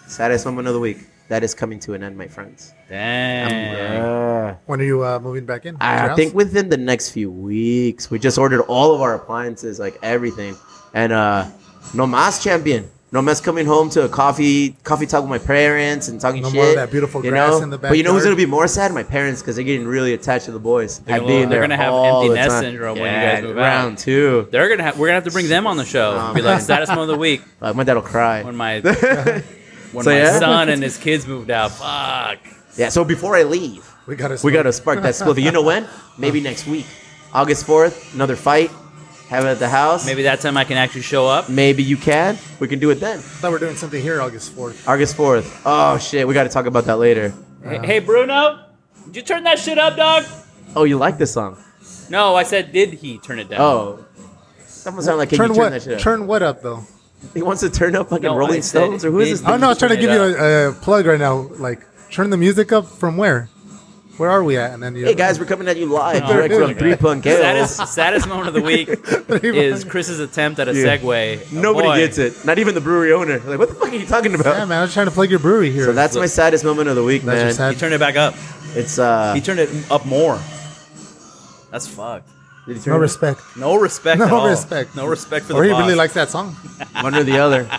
[SPEAKER 2] Saddest moment of the week. That is coming to an end, my friends.
[SPEAKER 3] Dang.
[SPEAKER 2] Yeah.
[SPEAKER 4] When are you uh, moving back in? Your
[SPEAKER 2] I
[SPEAKER 4] house?
[SPEAKER 2] think within the next few weeks, we just ordered all of our appliances, like everything. And uh no mas champion. No mas coming home to a coffee coffee talk with my parents and talking
[SPEAKER 4] No
[SPEAKER 2] shit.
[SPEAKER 4] more of that beautiful
[SPEAKER 2] you
[SPEAKER 4] grass
[SPEAKER 2] know?
[SPEAKER 4] in the
[SPEAKER 2] But you know who's gonna
[SPEAKER 4] backyard.
[SPEAKER 2] be more sad? My parents, because they're getting really attached to the boys.
[SPEAKER 3] They're
[SPEAKER 2] I've
[SPEAKER 3] gonna-
[SPEAKER 2] been
[SPEAKER 3] they're
[SPEAKER 2] there
[SPEAKER 3] gonna have
[SPEAKER 2] all
[SPEAKER 3] empty
[SPEAKER 2] the
[SPEAKER 3] nest
[SPEAKER 2] time.
[SPEAKER 3] syndrome when
[SPEAKER 2] yeah,
[SPEAKER 3] you guys move out.
[SPEAKER 2] round two.
[SPEAKER 3] They're gonna have. We're gonna have to bring them on the show.
[SPEAKER 2] Oh,
[SPEAKER 3] Be like saddest moment of the week
[SPEAKER 2] Like, my dad'll cry.
[SPEAKER 3] when my when
[SPEAKER 2] So,
[SPEAKER 3] my
[SPEAKER 2] yeah?
[SPEAKER 3] son and his kids moved out. Fuck.
[SPEAKER 2] yeah. So before I leave,
[SPEAKER 4] we got to.
[SPEAKER 2] We gotta spark that spliffy. You know when? Maybe next week, August fourth. Another fight. Have it at the house.
[SPEAKER 3] Maybe that time I can actually show up.
[SPEAKER 2] Maybe you can. We can do it then.
[SPEAKER 4] I thought we were doing something here August 4th.
[SPEAKER 2] August 4th. Oh, shit. We got to talk about that later.
[SPEAKER 3] Hey, hey, Bruno, did you turn that shit up, dog?
[SPEAKER 2] Oh, you like this song?
[SPEAKER 3] No, I said, did he turn it down?
[SPEAKER 2] Oh. Someone sounded like, can
[SPEAKER 4] turn
[SPEAKER 2] you turn
[SPEAKER 4] what?
[SPEAKER 2] that shit up?
[SPEAKER 4] Turn what up though?
[SPEAKER 2] he wants to turn up fucking
[SPEAKER 3] No, I
[SPEAKER 2] Rolling
[SPEAKER 3] said
[SPEAKER 2] Stones? Or who is this?
[SPEAKER 3] did-
[SPEAKER 4] Oh
[SPEAKER 2] thing?
[SPEAKER 4] no, I was trying
[SPEAKER 3] turn
[SPEAKER 4] to give
[SPEAKER 3] it
[SPEAKER 4] you a, a plug right now. Like, turn the music up from where? Where are we at? And then you.
[SPEAKER 2] Hey, guys, we're coming at you live
[SPEAKER 3] No,
[SPEAKER 2] direct
[SPEAKER 4] dude,
[SPEAKER 2] from
[SPEAKER 4] okay.
[SPEAKER 2] Three Punk
[SPEAKER 3] Oh, Saddest,
[SPEAKER 2] Ales.
[SPEAKER 3] saddest moment of the week is Chris's attempt at a
[SPEAKER 2] Yeah.
[SPEAKER 3] segue.
[SPEAKER 2] Nobody
[SPEAKER 3] Boy,
[SPEAKER 2] gets it. Not even the brewery owner. Like, what the fuck are you talking about?
[SPEAKER 4] Yeah, man, I was trying to plug your brewery here.
[SPEAKER 2] so that's my saddest moment of the week,
[SPEAKER 4] That's your
[SPEAKER 2] man.
[SPEAKER 4] sad-
[SPEAKER 3] He turned it back up.
[SPEAKER 2] It's, uh...
[SPEAKER 3] He turned it up more. That's fucked.
[SPEAKER 2] did he turn
[SPEAKER 4] no
[SPEAKER 2] it-
[SPEAKER 4] respect.
[SPEAKER 3] No respect.
[SPEAKER 4] No
[SPEAKER 3] at all.
[SPEAKER 4] respect.
[SPEAKER 3] No respect for the
[SPEAKER 4] Or he
[SPEAKER 3] boss.
[SPEAKER 4] really likes that song.
[SPEAKER 2] One or the other.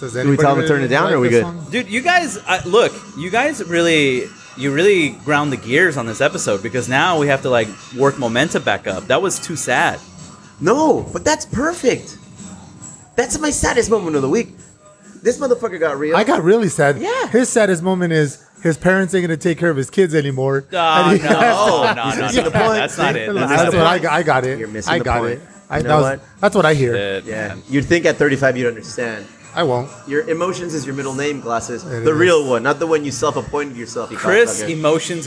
[SPEAKER 4] Does
[SPEAKER 2] we tell him to
[SPEAKER 4] anybody
[SPEAKER 2] turn it down, or are we
[SPEAKER 4] this
[SPEAKER 2] good?
[SPEAKER 4] song?
[SPEAKER 3] Dude, you guys, I, look, you guys really, you really ground the gears on this episode because now we have to like work momentum back up. That was too sad.
[SPEAKER 2] No, but that's perfect. That's my saddest moment of the week. This motherfucker got real.
[SPEAKER 4] I got really sad.
[SPEAKER 2] Yeah.
[SPEAKER 4] His saddest moment is his parents ain't gonna take care of his kids anymore.
[SPEAKER 3] Ah,
[SPEAKER 4] And he
[SPEAKER 3] no,
[SPEAKER 4] has
[SPEAKER 3] no, no, no,
[SPEAKER 2] missing
[SPEAKER 3] no,
[SPEAKER 2] the point.
[SPEAKER 3] That's not it.
[SPEAKER 4] to-
[SPEAKER 3] That's
[SPEAKER 4] That's,
[SPEAKER 3] not
[SPEAKER 2] the
[SPEAKER 4] what
[SPEAKER 3] it.
[SPEAKER 4] I got. I got it.
[SPEAKER 2] You're missing
[SPEAKER 4] I
[SPEAKER 2] the
[SPEAKER 4] got
[SPEAKER 2] point.
[SPEAKER 4] it. I,
[SPEAKER 2] You
[SPEAKER 4] that
[SPEAKER 2] know
[SPEAKER 4] was-
[SPEAKER 2] what?
[SPEAKER 4] That's what I hear.
[SPEAKER 3] Shit.
[SPEAKER 2] Yeah, you'd think at 35 you'd understand.
[SPEAKER 4] I won't.
[SPEAKER 2] Your emotions is your middle name, glasses.
[SPEAKER 4] It
[SPEAKER 2] the
[SPEAKER 4] is.
[SPEAKER 2] real one, not the one you self-appointed yourself. You
[SPEAKER 3] Chris
[SPEAKER 2] cocksucker.
[SPEAKER 3] Emotions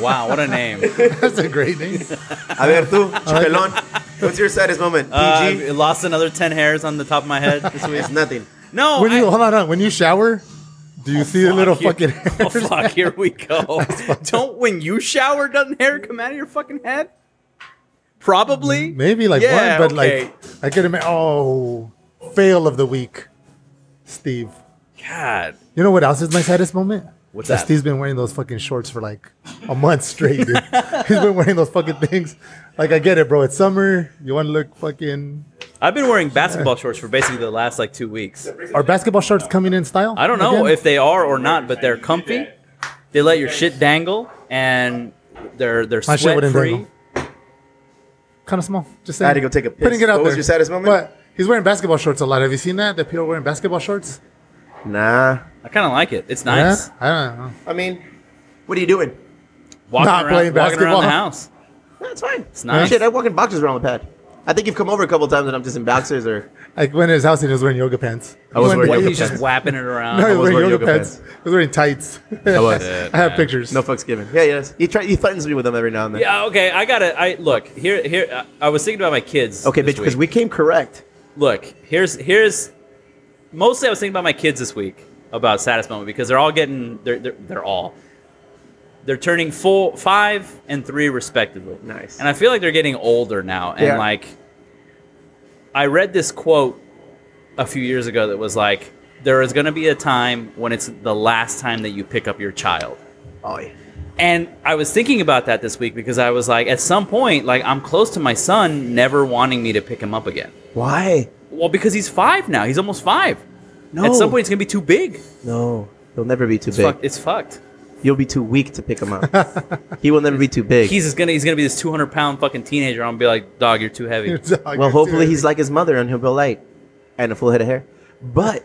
[SPEAKER 2] Yeah.
[SPEAKER 3] Wow, what a name.
[SPEAKER 4] That's a great name.
[SPEAKER 2] A ver tú, chupelón. What's your saddest moment?
[SPEAKER 3] Uh,
[SPEAKER 2] PG.
[SPEAKER 3] I lost another 10 hairs on the top of my head this week.
[SPEAKER 2] it's nothing.
[SPEAKER 3] No,
[SPEAKER 4] when
[SPEAKER 3] I-
[SPEAKER 4] you hold on, hold on. When you shower, do you see the little
[SPEAKER 3] Fuck,
[SPEAKER 4] fucking?
[SPEAKER 3] here- Oh, fuck, here we go. Don't when you shower, doesn't hair come out of your fucking head? Probably.
[SPEAKER 4] Maybe like
[SPEAKER 3] Yeah,
[SPEAKER 4] one, but
[SPEAKER 3] okay.
[SPEAKER 4] like I could imagine. Oh, fail of the week. Steve.
[SPEAKER 3] God,
[SPEAKER 4] You know what else is my saddest moment?
[SPEAKER 3] What's that?
[SPEAKER 4] Steve's been wearing those fucking shorts for like a month straight, dude. He's been wearing those fucking things. Like I get it, bro. It's summer. You want to look fucking.
[SPEAKER 3] I've been wearing basketball shorts for basically the last like two weeks.
[SPEAKER 4] Are basketball shorts coming in style?
[SPEAKER 3] I don't know
[SPEAKER 4] again?
[SPEAKER 3] if they are or not, but they're comfy. They let your shit dangle and they're they're
[SPEAKER 4] My shit
[SPEAKER 3] sweat
[SPEAKER 4] wouldn't
[SPEAKER 3] free.
[SPEAKER 4] dangle. kind of small. Just saying.
[SPEAKER 2] I had to go take a piss.
[SPEAKER 4] Putting it out
[SPEAKER 2] What
[SPEAKER 4] there.
[SPEAKER 2] was your saddest moment?
[SPEAKER 4] But he's wearing basketball shorts a lot. Have you seen that? That people are wearing basketball shorts.
[SPEAKER 2] Nah.
[SPEAKER 3] I kind of like it. It's nice.
[SPEAKER 4] Yeah? I don't know.
[SPEAKER 2] I mean, what are you doing?
[SPEAKER 3] Walking,
[SPEAKER 4] Not
[SPEAKER 3] around,
[SPEAKER 4] playing
[SPEAKER 3] walking around
[SPEAKER 4] basketball.
[SPEAKER 3] the house.
[SPEAKER 2] That's fine. It's
[SPEAKER 3] nice.
[SPEAKER 2] Shit, I walk in boxers around the pad. I think you've come over a couple times and I'm just in boxers or
[SPEAKER 4] I went to his house and he was wearing yoga pants.
[SPEAKER 2] I was
[SPEAKER 4] He went-
[SPEAKER 2] wearing yoga
[SPEAKER 3] He's just whapping it around.
[SPEAKER 4] No, he
[SPEAKER 2] was
[SPEAKER 4] was wearing yoga, pants. He was wearing tights. I
[SPEAKER 2] was.
[SPEAKER 4] I have pictures.
[SPEAKER 2] no fucks given. Yeah, yes. He try he threatens me with them every now and then.
[SPEAKER 3] Yeah, okay. I gotta. I look here. Here, I- I was thinking about my kids.
[SPEAKER 2] Okay,
[SPEAKER 3] this
[SPEAKER 2] bitch, because
[SPEAKER 3] week.
[SPEAKER 2] we came correct.
[SPEAKER 3] look here's here's mostly I was thinking about my kids this week about saddest moment because they're all getting they're they're, they're all they're turning full five and three respectively.
[SPEAKER 2] Nice.
[SPEAKER 3] And I feel like they're getting older now, and
[SPEAKER 2] Yeah.
[SPEAKER 3] like I read this quote a few years ago that was like, "There is going to be a time when it's the last time that you pick up your child."
[SPEAKER 2] Oh yeah.
[SPEAKER 3] And I was thinking about that this week because I was like, at some point, like I'm close to my son never wanting me to pick him up again.
[SPEAKER 2] Why?
[SPEAKER 3] Well, because he's five now. He's almost five.
[SPEAKER 2] No.
[SPEAKER 3] At some point, it's gonna be too big.
[SPEAKER 2] No. He'll never be too
[SPEAKER 3] It's,
[SPEAKER 2] big.
[SPEAKER 3] fucked. it's fucked.
[SPEAKER 2] You'll be too weak to pick him up. he will never be too big.
[SPEAKER 3] He's just gonna he's gonna be this 200 pound fucking teenager. I'm gonna be like, dog, you're too heavy.
[SPEAKER 2] well, hopefully he's like his mother and he'll be light and a full head of hair. But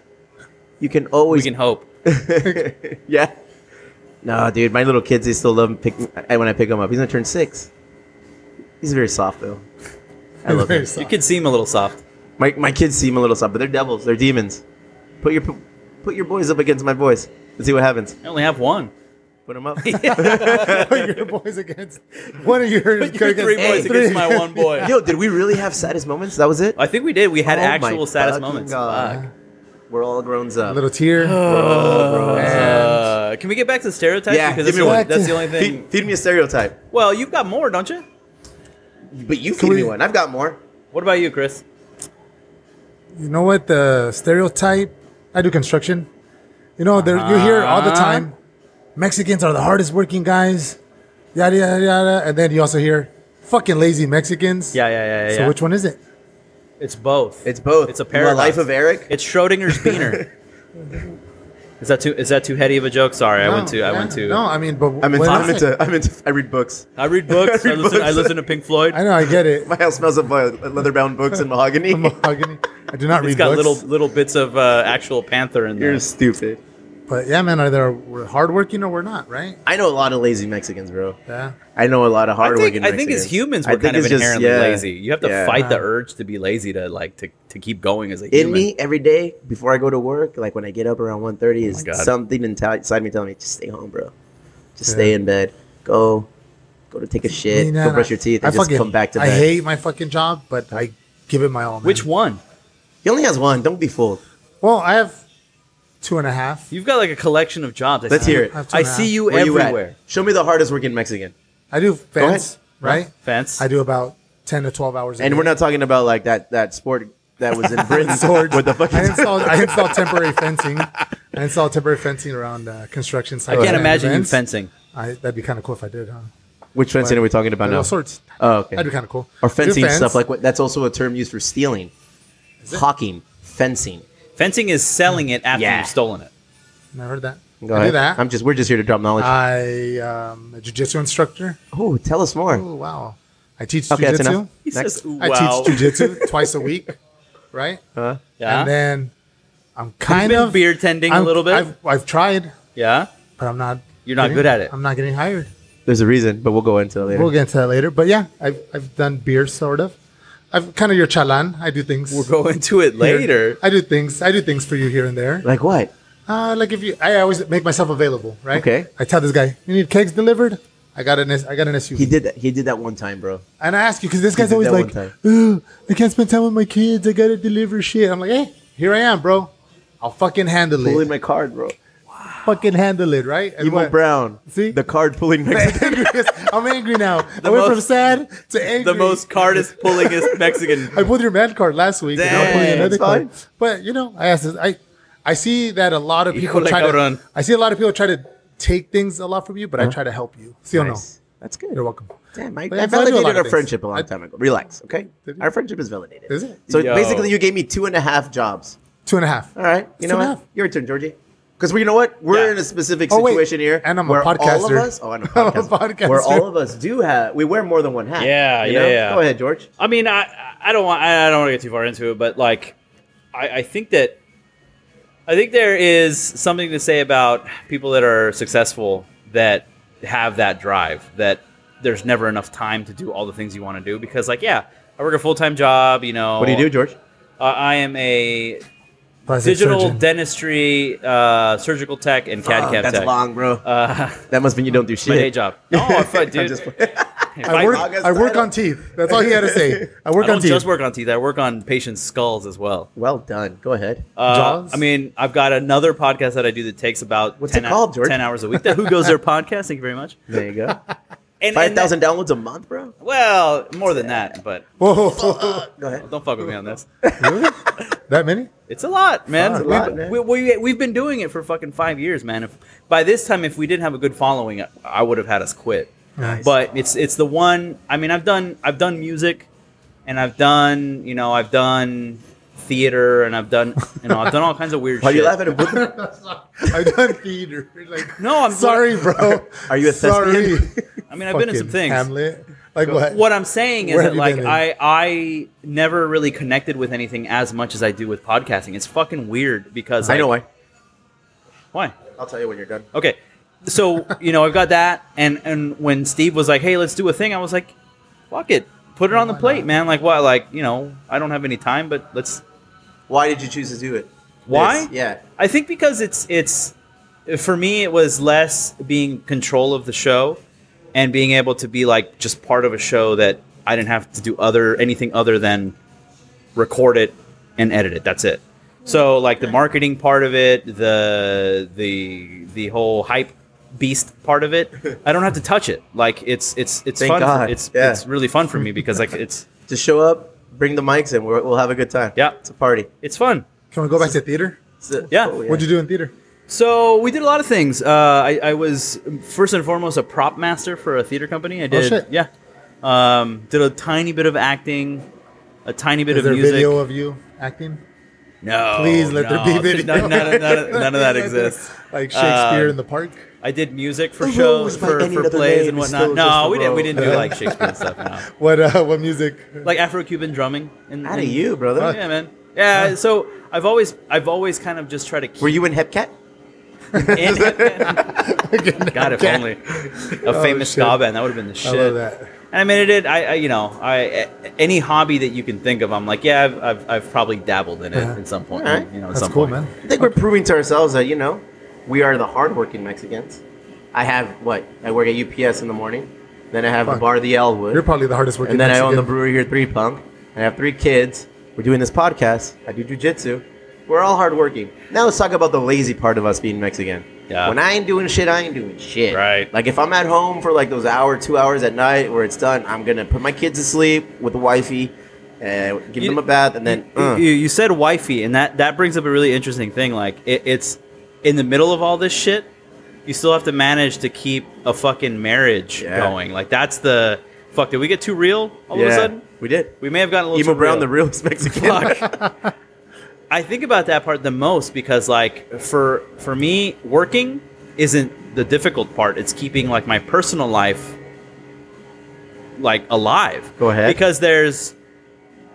[SPEAKER 2] you can
[SPEAKER 3] we
[SPEAKER 2] always
[SPEAKER 3] can hope.
[SPEAKER 2] yeah. No, dude, my little kids, they still love him pick, I- when I pick him up. He's gonna turn six. He's very soft though. I love him.
[SPEAKER 3] Your kids seem a little soft.
[SPEAKER 2] My, my kids seem a little soft, but they're devils. They're demons. Put your put your boys up against my boys and see what happens.
[SPEAKER 3] I only have one.
[SPEAKER 2] Put them up.
[SPEAKER 4] your "Oh, boys against one of your,
[SPEAKER 3] Your three
[SPEAKER 2] Hey.
[SPEAKER 3] boys against my one boy.
[SPEAKER 2] Yo, did we really have saddest moments? That was it.
[SPEAKER 3] I think we did. We had
[SPEAKER 2] Oh my
[SPEAKER 3] actual saddest
[SPEAKER 2] fucking
[SPEAKER 3] moments.
[SPEAKER 2] God.
[SPEAKER 3] Fuck.
[SPEAKER 2] We're all grown up.
[SPEAKER 4] little tear.
[SPEAKER 2] We're all grown up.
[SPEAKER 3] Uh, can we get back to the stereotypes?
[SPEAKER 2] Yeah,
[SPEAKER 3] because
[SPEAKER 2] give
[SPEAKER 3] that's,
[SPEAKER 2] me
[SPEAKER 3] the-
[SPEAKER 4] one.
[SPEAKER 3] that's the only thing.
[SPEAKER 2] Feed, feed me a stereotype.
[SPEAKER 3] Well, you've got more, don't you?
[SPEAKER 2] But you feed me
[SPEAKER 4] we-
[SPEAKER 2] one. I've got more.
[SPEAKER 3] What about you, Chris?
[SPEAKER 4] You know what the stereotype? I do construction. You know, there you hear all the
[SPEAKER 3] Uh-huh.
[SPEAKER 4] time. Mexicans are the hardest working guys. Yada yada yada, and then you also hear fucking lazy Mexicans.
[SPEAKER 3] Yeah, yeah, yeah, yeah.
[SPEAKER 4] So which one is it?
[SPEAKER 3] It's both.
[SPEAKER 2] It's both.
[SPEAKER 3] It's a
[SPEAKER 2] The
[SPEAKER 3] paradox.
[SPEAKER 2] Life of Eric.
[SPEAKER 3] It's Schrodinger's Beaner. is that too? Is that too heady of a joke? Sorry, I went
[SPEAKER 4] No,
[SPEAKER 3] to. I
[SPEAKER 4] yeah.
[SPEAKER 3] went to.
[SPEAKER 4] No, I mean, but
[SPEAKER 2] I'm into,
[SPEAKER 4] when
[SPEAKER 2] I'm,
[SPEAKER 4] is it?
[SPEAKER 2] into, I'm into. I read books.
[SPEAKER 3] I read books. I,
[SPEAKER 2] I read
[SPEAKER 3] listen, I
[SPEAKER 2] books.
[SPEAKER 3] listen to Pink Floyd.
[SPEAKER 4] I know, I get it.
[SPEAKER 2] My house smells of uh, leather-bound books and mahogany.
[SPEAKER 4] Mahogany. I do not
[SPEAKER 3] It's
[SPEAKER 4] read
[SPEAKER 3] got
[SPEAKER 4] books.
[SPEAKER 3] little little bits of uh, actual panther in there.
[SPEAKER 2] You're stupid.
[SPEAKER 4] But yeah, man, either we're hardworking or we're not, right?
[SPEAKER 2] I know a lot of lazy Mexicans, bro.
[SPEAKER 4] Yeah.
[SPEAKER 2] I know a lot of
[SPEAKER 3] I
[SPEAKER 2] hardworking.
[SPEAKER 3] think I think as
[SPEAKER 2] Mexicans.
[SPEAKER 3] humans
[SPEAKER 2] I
[SPEAKER 3] we're
[SPEAKER 2] think
[SPEAKER 3] kind of
[SPEAKER 2] it's just-
[SPEAKER 3] inherently
[SPEAKER 2] yeah.
[SPEAKER 3] lazy. You have to
[SPEAKER 2] Yeah.
[SPEAKER 3] fight the
[SPEAKER 4] Uh-huh.
[SPEAKER 3] urge to be lazy to like to, to keep going as a
[SPEAKER 2] in
[SPEAKER 3] human.
[SPEAKER 2] me every day before I go to work. Like when I get up around 1.30 is
[SPEAKER 3] Oh God.
[SPEAKER 2] something inside inside me telling me just stay home, bro. Just
[SPEAKER 4] Yeah.
[SPEAKER 2] stay in bed. Go, go to take a shit.
[SPEAKER 4] Me,
[SPEAKER 2] go
[SPEAKER 4] man,
[SPEAKER 2] brush your teeth and just
[SPEAKER 4] fucking-
[SPEAKER 2] come back to
[SPEAKER 4] I
[SPEAKER 2] bed.
[SPEAKER 4] hate my fucking job, but I give it my all. Man.
[SPEAKER 3] Which one?
[SPEAKER 2] he only has one. Don't be fooled.
[SPEAKER 4] Well, I have two and a half.
[SPEAKER 3] You've got like a collection of jobs. I
[SPEAKER 2] Let's
[SPEAKER 3] see
[SPEAKER 2] hear
[SPEAKER 3] you-
[SPEAKER 2] it.
[SPEAKER 4] I have two
[SPEAKER 3] I
[SPEAKER 4] and a half.
[SPEAKER 3] see you
[SPEAKER 2] Where you at?
[SPEAKER 3] everywhere.
[SPEAKER 2] Show me the hardest working Mexican.
[SPEAKER 4] I do fence, right?
[SPEAKER 3] Fence.
[SPEAKER 4] I do about ten to twelve hours. a
[SPEAKER 2] And
[SPEAKER 4] day.
[SPEAKER 2] we're not talking about like that that sport that was in Britain
[SPEAKER 4] Swords.
[SPEAKER 2] with the fucking
[SPEAKER 4] I installed, I installed temporary fencing. I installed temporary fencing around uh, construction
[SPEAKER 3] I
[SPEAKER 4] sites.
[SPEAKER 3] can't
[SPEAKER 4] and
[SPEAKER 3] imagine you
[SPEAKER 4] events.
[SPEAKER 3] fencing.
[SPEAKER 4] I, that'd be kind of cool if I did, huh?
[SPEAKER 2] Which fencing are we talking about now?
[SPEAKER 4] But all sorts.
[SPEAKER 2] Oh, okay.
[SPEAKER 4] That'd be kind of cool.
[SPEAKER 2] Or
[SPEAKER 4] I do
[SPEAKER 2] fencing
[SPEAKER 4] fence.
[SPEAKER 2] stuff like what? That's also a term used for stealing, hawking, fencing.
[SPEAKER 3] Fencing is selling it after
[SPEAKER 2] Yeah.
[SPEAKER 3] you've stolen it.
[SPEAKER 4] I heard that.
[SPEAKER 2] Go
[SPEAKER 4] I
[SPEAKER 2] ahead.
[SPEAKER 4] do that.
[SPEAKER 2] I'm just we're just here to drop knowledge.
[SPEAKER 4] I um, a jujitsu instructor.
[SPEAKER 2] oh, tell us more.
[SPEAKER 4] Oh wow! I teach
[SPEAKER 2] Okay, that's
[SPEAKER 4] jujitsu.
[SPEAKER 2] enough.
[SPEAKER 3] He
[SPEAKER 2] Next.
[SPEAKER 3] says, "Ooh,
[SPEAKER 4] I
[SPEAKER 3] "Wow."
[SPEAKER 4] teach jujitsu twice a week, right?
[SPEAKER 2] Huh?
[SPEAKER 3] yeah.
[SPEAKER 4] And then I'm kind
[SPEAKER 3] Uh-huh. been
[SPEAKER 4] of
[SPEAKER 3] beard tending a
[SPEAKER 4] I'm-
[SPEAKER 3] little bit?
[SPEAKER 4] I've, I've tried,
[SPEAKER 3] yeah.
[SPEAKER 4] but I'm not.
[SPEAKER 3] You're not
[SPEAKER 4] getting-
[SPEAKER 3] good at it.
[SPEAKER 4] I'm not getting hired.
[SPEAKER 2] There's a reason, but we'll go into it later.
[SPEAKER 4] We'll get into that later. But yeah, I've I've done beer sort of. I've kind of your chalan. I do things.
[SPEAKER 3] We'll go into it
[SPEAKER 4] here.
[SPEAKER 3] later.
[SPEAKER 4] I do things. I do things for you here and there.
[SPEAKER 2] like what?
[SPEAKER 4] Uh, like if you, I always make myself available, right?
[SPEAKER 2] Okay.
[SPEAKER 4] I tell this guy, you need kegs delivered. I got an S- I got an SUV.
[SPEAKER 2] He did that. He did that one time, bro.
[SPEAKER 4] And I ask you because this guy's
[SPEAKER 2] did
[SPEAKER 4] always
[SPEAKER 2] that one
[SPEAKER 4] like,
[SPEAKER 2] time.
[SPEAKER 4] "Ugh, I can't spend time with my kids. I gotta deliver shit. I'm like, hey, here I am, bro. I'll fucking handle
[SPEAKER 2] Pulling
[SPEAKER 4] it.
[SPEAKER 2] my card, bro.
[SPEAKER 4] fucking handle it, right? And
[SPEAKER 2] Emo
[SPEAKER 4] what-
[SPEAKER 2] Brown.
[SPEAKER 4] See?
[SPEAKER 2] the card pulling Mexican.
[SPEAKER 4] Angriest- I'm angry now. I went from
[SPEAKER 3] most-
[SPEAKER 4] sad to angry.
[SPEAKER 3] The most cardist pullingest Mexican.
[SPEAKER 4] I pulled your man card last week. and
[SPEAKER 3] Dang,
[SPEAKER 4] I'll pull you another
[SPEAKER 2] it's fine.
[SPEAKER 4] card. But you know, I asked. This, I I see that a lot of people
[SPEAKER 3] Híjole,
[SPEAKER 4] try to.
[SPEAKER 3] cabrón.
[SPEAKER 4] I see a lot of people try to take things a lot from you, but I try to help you. See you
[SPEAKER 2] Uh-huh. Nice. That's good.
[SPEAKER 4] You're welcome.
[SPEAKER 2] Damn, I,
[SPEAKER 4] But
[SPEAKER 2] I
[SPEAKER 4] so I do a lot
[SPEAKER 2] validated
[SPEAKER 4] of
[SPEAKER 2] our
[SPEAKER 4] things.
[SPEAKER 2] friendship a long
[SPEAKER 4] I-
[SPEAKER 2] time ago. Relax, okay?
[SPEAKER 4] Did you?
[SPEAKER 2] Our friendship is validated.
[SPEAKER 4] Is it?
[SPEAKER 2] So
[SPEAKER 3] Yo.
[SPEAKER 2] basically, you gave me two and a half jobs.
[SPEAKER 4] Two and a half.
[SPEAKER 2] All right. You
[SPEAKER 4] It's
[SPEAKER 2] know what?
[SPEAKER 4] enough.
[SPEAKER 2] Your turn, Georgie. Because you know what? We're
[SPEAKER 3] Yeah.
[SPEAKER 2] in a specific
[SPEAKER 4] Oh, wait.
[SPEAKER 2] situation here.
[SPEAKER 4] And I'm a
[SPEAKER 2] where All of
[SPEAKER 4] podcaster.
[SPEAKER 2] us, oh, and I'm a
[SPEAKER 4] I'm a
[SPEAKER 2] podcaster.
[SPEAKER 4] podcaster.
[SPEAKER 2] Where all of us do have, we wear more than one hat.
[SPEAKER 3] Yeah,
[SPEAKER 2] you
[SPEAKER 3] yeah,
[SPEAKER 2] know?
[SPEAKER 3] yeah.
[SPEAKER 2] Go ahead, George.
[SPEAKER 3] I mean, I I don't want I don't want to get too far into it, but like, I, I think that I think there is something to say about people that are successful that have that drive that there's never enough time to do all the things you want to do because like yeah I work a full time job you know
[SPEAKER 2] What do you do, George?
[SPEAKER 3] uh, I am a
[SPEAKER 4] Plastic
[SPEAKER 3] digital
[SPEAKER 4] surgeon.
[SPEAKER 3] dentistry uh, surgical tech and CAD
[SPEAKER 2] Oh,
[SPEAKER 3] CAD
[SPEAKER 2] that's
[SPEAKER 3] tech
[SPEAKER 2] long, bro.
[SPEAKER 3] Uh,
[SPEAKER 2] that must mean you don't do
[SPEAKER 3] my
[SPEAKER 2] shit.
[SPEAKER 3] day job oh fuck
[SPEAKER 2] I'm
[SPEAKER 3] dude
[SPEAKER 2] just-
[SPEAKER 3] If
[SPEAKER 4] I work.
[SPEAKER 2] August
[SPEAKER 4] I work
[SPEAKER 2] title.
[SPEAKER 4] on teeth. That's all he had to say. I work
[SPEAKER 3] I don't
[SPEAKER 4] on teeth.
[SPEAKER 3] just work on teeth I work on patients skulls as well
[SPEAKER 2] well done. Go ahead.
[SPEAKER 3] Uh,
[SPEAKER 4] Jaws?
[SPEAKER 3] I mean, I've got another podcast that I do that takes about
[SPEAKER 2] What's
[SPEAKER 3] 10,
[SPEAKER 2] it called,
[SPEAKER 3] hou-
[SPEAKER 2] George?
[SPEAKER 3] 10 hours a week. The Who Goes There podcast. Thank you very much.
[SPEAKER 2] There you go.
[SPEAKER 3] And,
[SPEAKER 2] Five
[SPEAKER 3] and that-
[SPEAKER 2] thousand downloads a month, bro.
[SPEAKER 3] well, more than that, but
[SPEAKER 4] Whoa,
[SPEAKER 2] Go ahead.
[SPEAKER 3] don't fuck with me on this.
[SPEAKER 4] really? That many?
[SPEAKER 3] It's a lot, man.
[SPEAKER 4] It's a
[SPEAKER 2] lot,
[SPEAKER 3] we,
[SPEAKER 2] man.
[SPEAKER 3] We, we, we've been doing it for fucking five years, man. If by this time, if we didn't have a good following, I- I would have had us quit.
[SPEAKER 4] Nice.
[SPEAKER 3] But it's it's the one. I mean, I've done I've done music, and I've done you know I've done theater, and I've done you know I've done all kinds of weird.
[SPEAKER 2] Are
[SPEAKER 3] shit.
[SPEAKER 2] you laughing at Woodland?
[SPEAKER 4] I've done theater. Like,
[SPEAKER 3] No, I'm
[SPEAKER 4] sorry, bro.
[SPEAKER 2] Are you a
[SPEAKER 4] sorry?
[SPEAKER 3] I mean, I've been in some
[SPEAKER 4] Fucking
[SPEAKER 3] things.
[SPEAKER 4] Hamlet. Like what?
[SPEAKER 3] what I'm saying is
[SPEAKER 4] Where
[SPEAKER 3] that
[SPEAKER 4] have you
[SPEAKER 3] like
[SPEAKER 4] been in?
[SPEAKER 3] I I never really connected with anything as much as I do with podcasting. It's fucking weird because
[SPEAKER 2] I know
[SPEAKER 3] like-
[SPEAKER 2] why.
[SPEAKER 3] why.
[SPEAKER 2] I'll tell you when you're done.
[SPEAKER 3] Okay, so you know I've got that, and and when Steve was like, "Hey, let's do a thing," I was like, "Fuck it, put it on the
[SPEAKER 4] Why
[SPEAKER 3] plate,
[SPEAKER 4] not?
[SPEAKER 3] man." Like what? Like you know I don't have any time, but let's.
[SPEAKER 2] Why did you choose to do it?
[SPEAKER 3] Why?
[SPEAKER 2] This, Yeah.
[SPEAKER 3] I think because it's it's for me it was less being control of the show and being able to be like just part of a show that I didn't have to do other anything other than record it and edit it. That's it. So like the marketing part of it, the the the whole hype beast part of it, I don't have to touch it. Like it's it's it's
[SPEAKER 2] Thank
[SPEAKER 3] fun. for-
[SPEAKER 2] God.
[SPEAKER 3] it's
[SPEAKER 2] Yeah.
[SPEAKER 3] it's really fun for me because like it's
[SPEAKER 2] Just show up, bring the mics in. We'll, we'll have a good time.
[SPEAKER 3] Yeah.
[SPEAKER 2] It's a party.
[SPEAKER 3] it's fun.
[SPEAKER 4] Can we go back to theater?
[SPEAKER 2] It's a- oh,
[SPEAKER 3] Yeah.
[SPEAKER 4] What'd you do in theater?
[SPEAKER 3] So we did a lot of things. Uh, I, I was first and foremost a prop master for a theater company. I did,
[SPEAKER 4] Oh, shit.
[SPEAKER 3] yeah, um, did a tiny bit of acting, a tiny bit
[SPEAKER 4] Is
[SPEAKER 3] of
[SPEAKER 4] there
[SPEAKER 3] music.
[SPEAKER 4] video of you acting?
[SPEAKER 3] No,
[SPEAKER 4] Please let there
[SPEAKER 3] no.
[SPEAKER 4] be video.
[SPEAKER 3] None, none, none, none of that
[SPEAKER 4] Like
[SPEAKER 3] exists.
[SPEAKER 4] Like Shakespeare
[SPEAKER 3] Um,
[SPEAKER 4] in the park.
[SPEAKER 3] I did music for
[SPEAKER 2] The
[SPEAKER 3] shows,
[SPEAKER 2] rose by
[SPEAKER 3] for,
[SPEAKER 2] any
[SPEAKER 3] for
[SPEAKER 2] other
[SPEAKER 3] plays and
[SPEAKER 2] name is still
[SPEAKER 3] whatnot.
[SPEAKER 2] just
[SPEAKER 3] No,
[SPEAKER 2] a
[SPEAKER 3] we didn't. We didn't do
[SPEAKER 4] rose.
[SPEAKER 3] like Shakespeare and stuff. No,
[SPEAKER 4] What? Uh, what music?
[SPEAKER 3] like Afro-Cuban drumming. And,
[SPEAKER 2] Out of
[SPEAKER 3] and-
[SPEAKER 2] you, brother.
[SPEAKER 3] Yeah, man. Yeah, So I've always, I've always kind of just tried to keep
[SPEAKER 2] Were you in Hepcat?
[SPEAKER 3] in God, if
[SPEAKER 4] Okay.
[SPEAKER 3] only a famous
[SPEAKER 4] Oh, shit.
[SPEAKER 3] ska band. That would have been the
[SPEAKER 4] I
[SPEAKER 3] shit.
[SPEAKER 4] love that.
[SPEAKER 3] And I mean, it did. I, I you know, I a- any hobby that you can think of, I'm like, yeah, I've, I've, I've probably dabbled in it
[SPEAKER 4] Yeah.
[SPEAKER 3] at some point.
[SPEAKER 2] All right.
[SPEAKER 3] You know, at
[SPEAKER 4] Uh-huh. That's
[SPEAKER 3] some
[SPEAKER 4] cool,
[SPEAKER 3] point.
[SPEAKER 4] man.
[SPEAKER 2] I think we're proving to ourselves that, you know, we are the hardworking Mexicans. I have what? I work at UPS in the morning. Then I have the
[SPEAKER 4] Fuck.
[SPEAKER 2] bar, the Elwood.
[SPEAKER 4] You're probably the hardest working.
[SPEAKER 2] and then I own the
[SPEAKER 4] Mexican.
[SPEAKER 2] brewery here, Three Punk. I have three kids. We're doing this podcast. I do jujitsu. We're all hardworking. Now let's talk about the lazy part of us being Mexican.
[SPEAKER 3] Yeah.
[SPEAKER 2] When I ain't doing shit, I ain't doing shit.
[SPEAKER 3] Right.
[SPEAKER 2] Like if I'm at home for like those hour, two hours at night where it's done, I'm gonna put my kids to sleep with the wifey, and give
[SPEAKER 3] You-
[SPEAKER 2] them a bath, and then
[SPEAKER 3] You-
[SPEAKER 2] uh,
[SPEAKER 3] you, you said wifey, and that that brings up a really interesting thing. Like, it, it's in the middle of all this shit, you still have to manage to keep a fucking marriage
[SPEAKER 2] Yeah.
[SPEAKER 3] going. Like, that's the fuck. Did we get too real all
[SPEAKER 2] yeah,
[SPEAKER 3] of a sudden?
[SPEAKER 2] we did.
[SPEAKER 3] We may have gotten a little
[SPEAKER 2] Emo
[SPEAKER 3] too
[SPEAKER 2] Brown,
[SPEAKER 3] real.
[SPEAKER 2] the realest Mexican.
[SPEAKER 3] Fuck. I think about that part the most because like for for me working isn't the difficult part. It's keeping like my personal life like alive.
[SPEAKER 2] Go ahead.
[SPEAKER 3] Because there's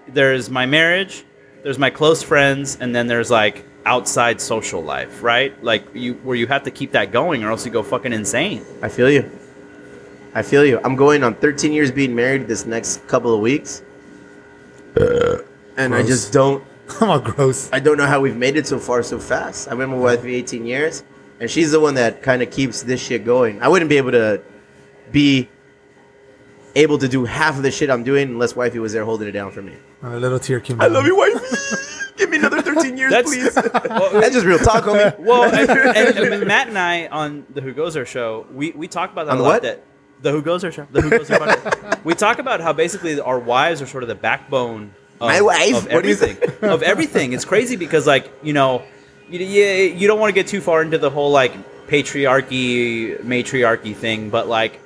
[SPEAKER 3] there's my marriage, there's my close friends, and then there's like outside social life, right? Like you where you have to keep that going or else you go fucking insane.
[SPEAKER 2] I feel you. I feel you. I'm going on 13 years being married this next couple of weeks, and I
[SPEAKER 4] Gross.
[SPEAKER 2] just don't.
[SPEAKER 4] Come on, gross.
[SPEAKER 2] I don't know how we've made it so far so fast. I've been with my wife for 18 years, and she's the one that kind of keeps this shit going. I wouldn't be able to be able to do half of the shit I'm doing unless wifey was there holding it down for me.
[SPEAKER 4] And a little tear came.
[SPEAKER 2] I love you, wifey. Give me another 13 years,
[SPEAKER 3] That's-
[SPEAKER 2] please. That's just real talk, homie.
[SPEAKER 3] Well, and, and, I mean, Matt and I on the Who Goes Our show, we, we talk about that
[SPEAKER 2] On
[SPEAKER 3] a
[SPEAKER 2] the
[SPEAKER 3] lot.
[SPEAKER 2] what?
[SPEAKER 3] That the Who Goes Our show, the Who Goes Our podcast. We talk about how basically our wives are sort of the backbone. Of,
[SPEAKER 2] My wife?
[SPEAKER 3] of
[SPEAKER 2] What do you
[SPEAKER 3] everything. of everything. It's crazy because like you know,
[SPEAKER 5] you, you, you don't want to get too far into the whole like patriarchy matriarchy thing, but like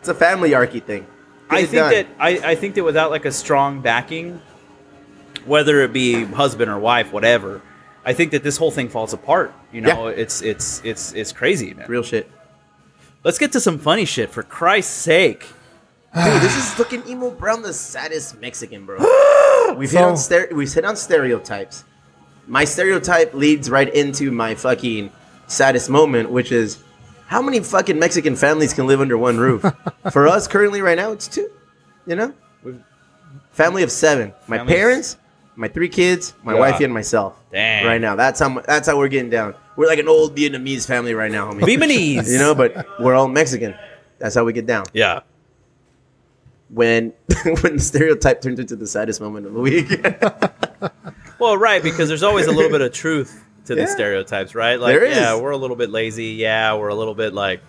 [SPEAKER 2] It's a familyarchy thing. Get
[SPEAKER 5] I
[SPEAKER 2] it
[SPEAKER 5] think
[SPEAKER 2] done.
[SPEAKER 5] that I, I think that without like a strong backing, whether it be husband or wife, whatever, I think that this whole thing falls apart. You know, it's it's it's it's crazy, man.
[SPEAKER 2] real shit.
[SPEAKER 3] Let's get to some funny shit for Christ's sake.
[SPEAKER 2] Dude, this is looking emo brown, the saddest Mexican, bro. We've hit
[SPEAKER 4] So-
[SPEAKER 2] on stere- we've hit on stereotypes. My stereotype leads right into my fucking saddest moment, which is how many fucking Mexican families can live under one roof? For us currently right now, it's two. You know, family of seven. My
[SPEAKER 5] Family of-
[SPEAKER 2] parents, my three kids, my
[SPEAKER 5] Yeah.
[SPEAKER 2] wifey, and myself.
[SPEAKER 5] Dang.
[SPEAKER 2] Right now, that's how mu- that's how we're getting down. We're like an old Vietnamese family right now, homie.
[SPEAKER 5] Bimanese.
[SPEAKER 2] you know, but we're all Mexican. That's how we get down
[SPEAKER 5] Yeah.
[SPEAKER 2] when when the stereotype turned into the saddest moment of the week.
[SPEAKER 5] Well, right, because there's always a little bit of truth to
[SPEAKER 2] Yeah.
[SPEAKER 5] the stereotypes, right? Like,
[SPEAKER 2] There is.
[SPEAKER 5] yeah, we're a little bit lazy. Yeah, we're a little bit like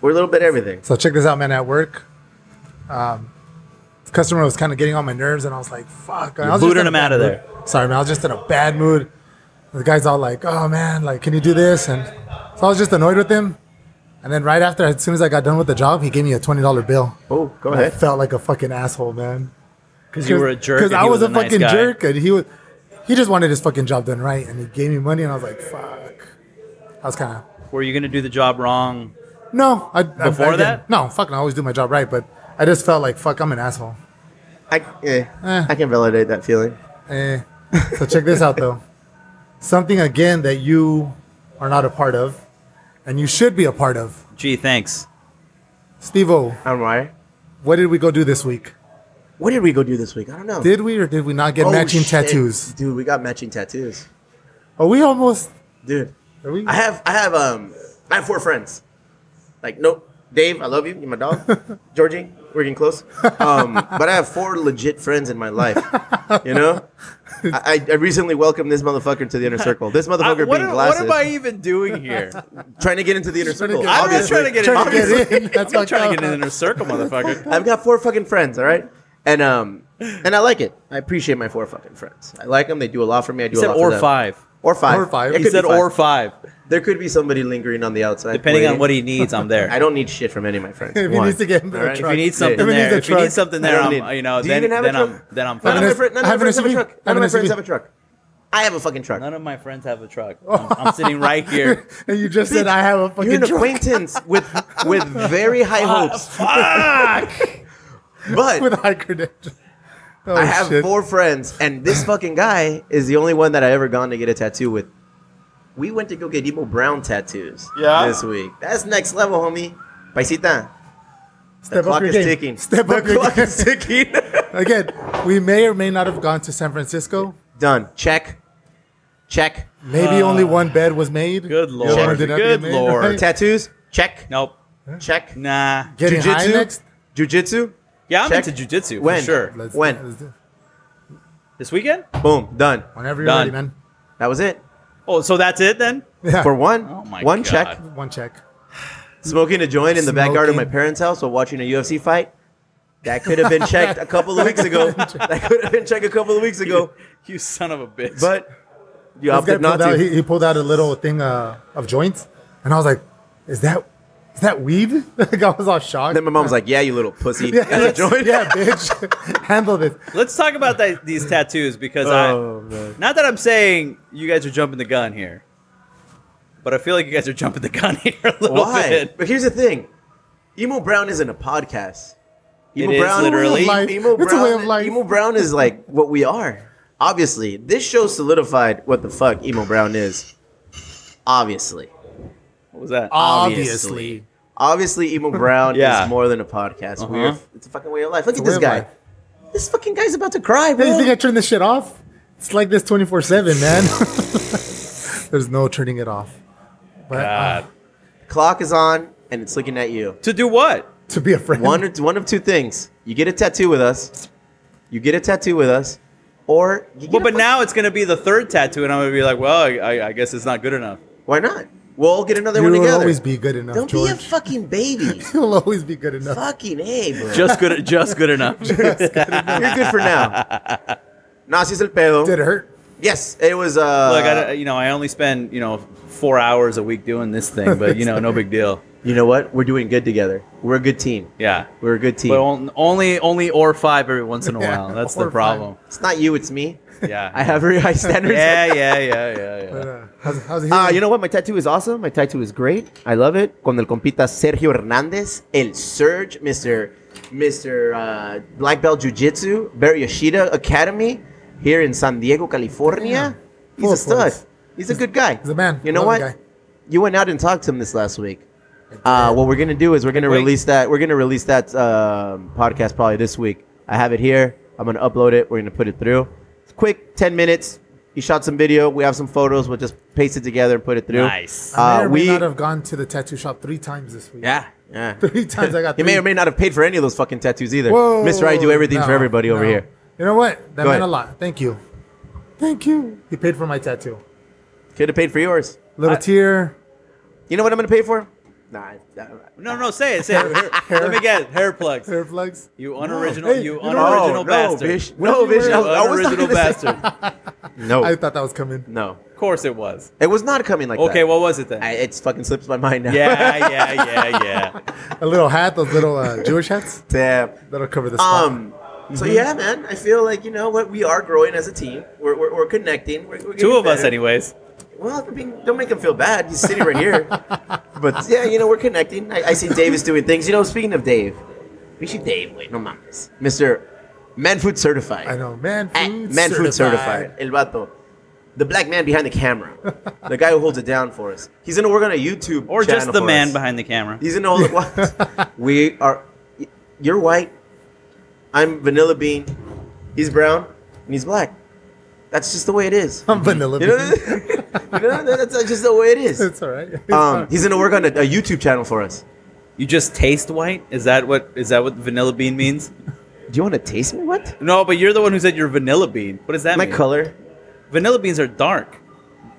[SPEAKER 2] We're a little bit everything.
[SPEAKER 4] So check this out, man. At work, um, the customer was kind of getting on my nerves, and I was like, "Fuck!" I was just
[SPEAKER 3] booted
[SPEAKER 4] in a
[SPEAKER 3] him out
[SPEAKER 4] bad
[SPEAKER 3] of
[SPEAKER 4] mood. Sorry, man. I was just in a bad mood. The guy's all like, "Oh man, like, can you do this?" And so I was just annoyed with him. And then right after, as soon as I got done with the job, he gave me a twenty dollar bill.
[SPEAKER 2] Oh, go
[SPEAKER 4] I
[SPEAKER 2] ahead.
[SPEAKER 4] felt like a fucking asshole, man.
[SPEAKER 3] Because you were a jerk.
[SPEAKER 4] Because
[SPEAKER 3] and
[SPEAKER 4] I
[SPEAKER 3] he
[SPEAKER 4] was,
[SPEAKER 3] was
[SPEAKER 4] a,
[SPEAKER 3] nice
[SPEAKER 4] fucking
[SPEAKER 3] guy.
[SPEAKER 4] jerk, and he was. He just wanted his fucking job done right, and he gave me money, and I was like, "Fuck." I was kind of
[SPEAKER 3] Were you gonna do the job wrong?
[SPEAKER 4] no. I, I-
[SPEAKER 3] Before
[SPEAKER 4] I didn't.
[SPEAKER 3] that?
[SPEAKER 4] no. Fucking, I always do my job right, but I just felt like, "Fuck, I'm an asshole."
[SPEAKER 2] I eh,
[SPEAKER 4] Eh.
[SPEAKER 2] I can validate that feeling.
[SPEAKER 4] Eh. So check this out though. Something again that you are not a part of, and you should be a part of.
[SPEAKER 3] Gee, thanks.
[SPEAKER 4] Steve O,
[SPEAKER 2] I'm right.
[SPEAKER 4] what did we go do this week?
[SPEAKER 2] What did we go do this week? I don't know.
[SPEAKER 4] Did we or did we not get
[SPEAKER 2] Oh,
[SPEAKER 4] matching
[SPEAKER 2] shit.
[SPEAKER 4] tattoos?
[SPEAKER 2] dude. We got matching tattoos,
[SPEAKER 4] Are we almost?
[SPEAKER 2] dude.
[SPEAKER 4] Are we?
[SPEAKER 2] I have I have um I have four friends. Like no, Dave, I love you. You're my dog. Georgie, we're getting close. Um, but I have four legit friends in my life. You know, I, I I recently welcomed this motherfucker to the inner circle. This
[SPEAKER 5] I-
[SPEAKER 2] motherfucker
[SPEAKER 5] what,
[SPEAKER 2] being
[SPEAKER 5] am- what
[SPEAKER 2] glasses,
[SPEAKER 5] am I even doing here?
[SPEAKER 2] trying to get into the inner circle.
[SPEAKER 4] get- I'm not
[SPEAKER 2] obviously.
[SPEAKER 5] trying to get
[SPEAKER 4] Trying to get
[SPEAKER 5] obviously.
[SPEAKER 4] in. That's
[SPEAKER 5] I'm
[SPEAKER 4] fucked
[SPEAKER 5] trying to
[SPEAKER 4] up.
[SPEAKER 5] get in an inner circle, motherfucker.
[SPEAKER 2] I've got four fucking friends, all right? And um, and I like it. I appreciate my four fucking friends. I like them. They do a lot for me. I do
[SPEAKER 3] He
[SPEAKER 2] a
[SPEAKER 3] said
[SPEAKER 2] lot for
[SPEAKER 3] or
[SPEAKER 2] them.
[SPEAKER 3] five.
[SPEAKER 2] Or five.
[SPEAKER 4] Or five.
[SPEAKER 2] It
[SPEAKER 4] He
[SPEAKER 3] He
[SPEAKER 2] could
[SPEAKER 3] said
[SPEAKER 2] be five.
[SPEAKER 3] or five.
[SPEAKER 2] There could be somebody lingering on the outside.
[SPEAKER 3] Depending on
[SPEAKER 2] waiting.
[SPEAKER 3] what he needs, I'm there.
[SPEAKER 2] I don't need shit from any of my friends.
[SPEAKER 4] If he
[SPEAKER 2] One.
[SPEAKER 4] needs to get in the
[SPEAKER 2] All right?
[SPEAKER 4] truck.
[SPEAKER 3] if you need something
[SPEAKER 2] If
[SPEAKER 4] he needs
[SPEAKER 3] there,
[SPEAKER 4] a
[SPEAKER 3] if you need
[SPEAKER 4] truck.
[SPEAKER 3] something
[SPEAKER 2] I
[SPEAKER 3] there,
[SPEAKER 2] don't
[SPEAKER 3] I'm,
[SPEAKER 2] need-
[SPEAKER 3] you know,
[SPEAKER 2] Do you
[SPEAKER 3] then,
[SPEAKER 2] even have a
[SPEAKER 3] then I'm
[SPEAKER 2] truck?
[SPEAKER 3] then I'm
[SPEAKER 2] None of my
[SPEAKER 3] fine.
[SPEAKER 4] have-
[SPEAKER 2] friends, none
[SPEAKER 4] I
[SPEAKER 2] of
[SPEAKER 4] have
[SPEAKER 2] my
[SPEAKER 4] an
[SPEAKER 2] friends have a
[SPEAKER 4] SUV.
[SPEAKER 2] truck.
[SPEAKER 4] I have
[SPEAKER 2] None of
[SPEAKER 4] an
[SPEAKER 2] my friends
[SPEAKER 4] SUV.
[SPEAKER 2] have a truck. I have a fucking truck.
[SPEAKER 3] None of my friends have a truck. I'm, I'm sitting right here.
[SPEAKER 4] and you just said I have a
[SPEAKER 2] You're
[SPEAKER 4] fucking
[SPEAKER 2] an
[SPEAKER 4] truck.
[SPEAKER 2] acquaintance with with very high hopes,
[SPEAKER 4] with
[SPEAKER 2] but
[SPEAKER 4] high credentials. Oh,
[SPEAKER 2] I have
[SPEAKER 4] shit.
[SPEAKER 2] four friends, and this fucking guy is the only one that I ever gone to get a tattoo with. We went to go get emo brown tattoos.
[SPEAKER 5] Yeah?
[SPEAKER 2] This week. That's next level, homie. Paisita.
[SPEAKER 4] Step
[SPEAKER 2] clock
[SPEAKER 4] up your
[SPEAKER 2] is
[SPEAKER 4] game.
[SPEAKER 2] ticking.
[SPEAKER 4] Step
[SPEAKER 2] The
[SPEAKER 4] up your
[SPEAKER 2] clock
[SPEAKER 4] game.
[SPEAKER 2] is ticking.
[SPEAKER 4] Again, we may or may not have gone to San Francisco.
[SPEAKER 2] Done. Check. Check.
[SPEAKER 4] Maybe only one bed was made.
[SPEAKER 3] Uh, Good
[SPEAKER 4] The other one
[SPEAKER 3] lord.
[SPEAKER 4] did not
[SPEAKER 3] Good
[SPEAKER 4] get made,
[SPEAKER 3] lord.
[SPEAKER 4] right?
[SPEAKER 2] Tattoos. Check.
[SPEAKER 3] Nope.
[SPEAKER 2] Check.
[SPEAKER 3] Nah.
[SPEAKER 4] Getting high next.
[SPEAKER 2] Jujitsu.
[SPEAKER 3] Yeah, I'm
[SPEAKER 2] Check.
[SPEAKER 3] into jujitsu for
[SPEAKER 2] When?
[SPEAKER 3] sure.
[SPEAKER 4] Let's,
[SPEAKER 2] When?
[SPEAKER 4] let's do-
[SPEAKER 3] This weekend?
[SPEAKER 2] Boom. Done.
[SPEAKER 4] whenever you're
[SPEAKER 3] Done.
[SPEAKER 4] ready, man.
[SPEAKER 2] That was it.
[SPEAKER 3] Oh, so that's it then?
[SPEAKER 4] Yeah.
[SPEAKER 2] For one.
[SPEAKER 3] Oh my
[SPEAKER 2] one
[SPEAKER 3] God.
[SPEAKER 2] check.
[SPEAKER 4] one check.
[SPEAKER 2] Smoking a joint in the backyard of my
[SPEAKER 4] Smoking.
[SPEAKER 2] parents' house while watching a UFC fight. That could have been checked a couple of weeks ago. That could have been checked a couple of weeks ago.
[SPEAKER 3] You son of a bitch.
[SPEAKER 2] But you
[SPEAKER 4] This guy
[SPEAKER 2] opted not
[SPEAKER 4] pulled out,
[SPEAKER 2] to.
[SPEAKER 4] he, he pulled out a little thing uh, of joints, and I was like, "Is that is that weed?" like I was all shocked.
[SPEAKER 2] Then my mom's like, "Yeah, you little pussy."
[SPEAKER 4] yeah,
[SPEAKER 2] That's a joint.
[SPEAKER 4] yeah, bitch, handle this."
[SPEAKER 3] let's talk about that, these tattoos because
[SPEAKER 2] Oh man.
[SPEAKER 3] I not that I'm saying you guys are jumping the gun here. But I feel like you guys are jumping the gun here a little
[SPEAKER 2] Why?
[SPEAKER 3] bit.
[SPEAKER 2] But here's the thing: Emo Brown isn't a podcast. Emo
[SPEAKER 3] is literally.
[SPEAKER 2] Emo,
[SPEAKER 4] Life. It's a
[SPEAKER 2] Brown,
[SPEAKER 4] way of life.
[SPEAKER 2] Emo Brown is like what we are. Obviously, this show solidified what the fuck Emo Brown is. Obviously,
[SPEAKER 3] What was that?
[SPEAKER 4] Uh,
[SPEAKER 2] Obviously. obviously, Emo Brown
[SPEAKER 3] Yeah.
[SPEAKER 2] is more than a podcast. We're,
[SPEAKER 3] Uh-huh.
[SPEAKER 2] it's a fucking way of life. Look at
[SPEAKER 4] way
[SPEAKER 2] this
[SPEAKER 4] of
[SPEAKER 2] guy.
[SPEAKER 4] life.
[SPEAKER 2] This fucking guy's about to cry,
[SPEAKER 4] Hey, you
[SPEAKER 2] bro.
[SPEAKER 4] think I turned this shit off? It's like this twenty four seven, man. There's no turning it off. But uh,
[SPEAKER 3] God.
[SPEAKER 2] Clock is on, and it's looking at you.
[SPEAKER 3] To do what?
[SPEAKER 4] to be a friend,
[SPEAKER 2] One or one of two things: you get a tattoo with us, you get a tattoo with us, or you get
[SPEAKER 3] Well,
[SPEAKER 2] a
[SPEAKER 3] but
[SPEAKER 2] fuck-
[SPEAKER 3] now it's gonna be the third tattoo, and I'm gonna be like, well, I, I, I guess it's not good enough.
[SPEAKER 2] Why not? We'll all get another
[SPEAKER 4] you
[SPEAKER 2] one
[SPEAKER 4] will
[SPEAKER 2] together.
[SPEAKER 4] always be good enough,
[SPEAKER 2] Don't
[SPEAKER 4] George.
[SPEAKER 2] be a fucking baby.
[SPEAKER 4] You'll always be good enough.
[SPEAKER 2] fucking hey, bro.
[SPEAKER 3] Just good, just good enough.
[SPEAKER 2] You're good for now. Nazis el pedo.
[SPEAKER 4] Did it hurt?
[SPEAKER 2] Yes, it was. Uh,
[SPEAKER 3] Look, I, you know, I only spend you know four hours a week doing this thing, but you know, no big deal.
[SPEAKER 2] you know what? We're doing good together. We're a good team.
[SPEAKER 3] Yeah,
[SPEAKER 2] We're a good team.
[SPEAKER 3] but on- only only or five every once in a
[SPEAKER 4] Yeah,
[SPEAKER 3] while. That's
[SPEAKER 4] or
[SPEAKER 3] the
[SPEAKER 4] five.
[SPEAKER 3] problem.
[SPEAKER 2] it's not you, it's me.
[SPEAKER 3] Yeah,
[SPEAKER 2] I have very high standards.
[SPEAKER 3] yeah, yeah, yeah, yeah, yeah.
[SPEAKER 4] But, uh, how's, how's it
[SPEAKER 2] Ah, you know what? My tattoo is awesome. My tattoo is great. I love it. Con el compita Sergio Hernandez, El Surge, Mr. Mr. Uh, Black Belt Jiu Jitsu, Barry Yoshida Academy here in San Diego, California.
[SPEAKER 4] Yeah.
[SPEAKER 2] He's a
[SPEAKER 4] Full force.
[SPEAKER 2] stud. He's a good guy.
[SPEAKER 4] he's a man.
[SPEAKER 2] You know
[SPEAKER 4] Love the
[SPEAKER 2] what?
[SPEAKER 4] guy.
[SPEAKER 2] You went out and talked to him this last week. Uh, what we're gonna do is we're gonna release that. We're gonna release that um, podcast probably this week. I have it here. I'm gonna upload it. We're gonna put it through. It's quick, ten minutes. He shot some video. We have some photos. We'll just paste it together and put it through.
[SPEAKER 3] Nice.
[SPEAKER 4] I may
[SPEAKER 2] Uh,
[SPEAKER 4] or may
[SPEAKER 2] we
[SPEAKER 4] not have gone to the tattoo shop three times this week.
[SPEAKER 3] Yeah.
[SPEAKER 2] yeah.
[SPEAKER 4] Three times I got
[SPEAKER 2] He
[SPEAKER 4] three.
[SPEAKER 2] may or may not have paid for any of those fucking tattoos either.
[SPEAKER 4] Whoa,
[SPEAKER 2] Mister, I do everything for
[SPEAKER 4] no,
[SPEAKER 2] everybody over
[SPEAKER 4] no.
[SPEAKER 2] here.
[SPEAKER 4] You know what? That meant
[SPEAKER 2] ahead.
[SPEAKER 4] a lot. Thank you. Thank you. He paid for my tattoo.
[SPEAKER 2] Could have paid for yours.
[SPEAKER 4] Little tear.
[SPEAKER 2] You know what I'm gonna pay for? Nah.
[SPEAKER 3] uh,
[SPEAKER 2] I-
[SPEAKER 3] No, no, say it. Say it. Let me get it. hair plugs.
[SPEAKER 4] Hair plugs.
[SPEAKER 3] You unoriginal.
[SPEAKER 4] Hey,
[SPEAKER 3] you
[SPEAKER 4] you know-
[SPEAKER 2] No, no,
[SPEAKER 3] unoriginal bastard.
[SPEAKER 2] bitch.
[SPEAKER 4] What
[SPEAKER 2] No,
[SPEAKER 4] if you
[SPEAKER 2] bitch.
[SPEAKER 4] were-
[SPEAKER 2] I was, I was not
[SPEAKER 3] Unoriginal
[SPEAKER 2] gonna say-
[SPEAKER 3] bastard.
[SPEAKER 2] No.
[SPEAKER 4] I thought that was coming.
[SPEAKER 2] no.
[SPEAKER 3] Of course it was.
[SPEAKER 2] It was not coming like that.
[SPEAKER 3] Okay, what was it then?
[SPEAKER 2] I, it's fucking slips my mind now.
[SPEAKER 3] yeah, yeah, yeah, yeah.
[SPEAKER 4] A little hat, those little uh, Jewish hats.
[SPEAKER 2] Damn.
[SPEAKER 4] That'll cover the spot.
[SPEAKER 2] Um. So
[SPEAKER 3] Mm-hmm.
[SPEAKER 2] yeah, man. I feel like you know what we are growing as a team. We're we're, we're connecting. We're, we're getting
[SPEAKER 3] Two of us,
[SPEAKER 2] better.
[SPEAKER 3] anyways.
[SPEAKER 2] Well, I mean, don't make him feel bad. He's sitting right here. but yeah, you know we're connecting. I, I see Dave is doing things. You know, speaking of Dave, we should Dave. Wait, no mames, Mister Man Food Certified.
[SPEAKER 4] I know. Man
[SPEAKER 2] Eh,
[SPEAKER 4] food
[SPEAKER 2] man
[SPEAKER 4] certified.
[SPEAKER 2] Food Certified. El vato. The black man behind the camera, the guy who holds it down for us. He's gonna work on a YouTube
[SPEAKER 3] Or just
[SPEAKER 2] channel
[SPEAKER 3] the
[SPEAKER 2] for
[SPEAKER 3] man
[SPEAKER 2] us.
[SPEAKER 3] behind the camera.
[SPEAKER 2] He's an old what? we are. y- You're white. I'm vanilla bean. He's brown and he's black. That's just the way it is.
[SPEAKER 4] I'm vanilla.
[SPEAKER 2] You know,
[SPEAKER 4] bean.
[SPEAKER 2] you know that's just the way it is.
[SPEAKER 4] it's all right. It's
[SPEAKER 2] Um,
[SPEAKER 4] fine.
[SPEAKER 2] he's gonna work on a, a YouTube channel for us.
[SPEAKER 3] You just taste white? Is that what is that what vanilla bean means?
[SPEAKER 2] Do you want to taste me? What?
[SPEAKER 3] No, but you're the one who said you're vanilla bean. What does that
[SPEAKER 2] My
[SPEAKER 3] mean?
[SPEAKER 2] color
[SPEAKER 3] Vanilla beans are dark.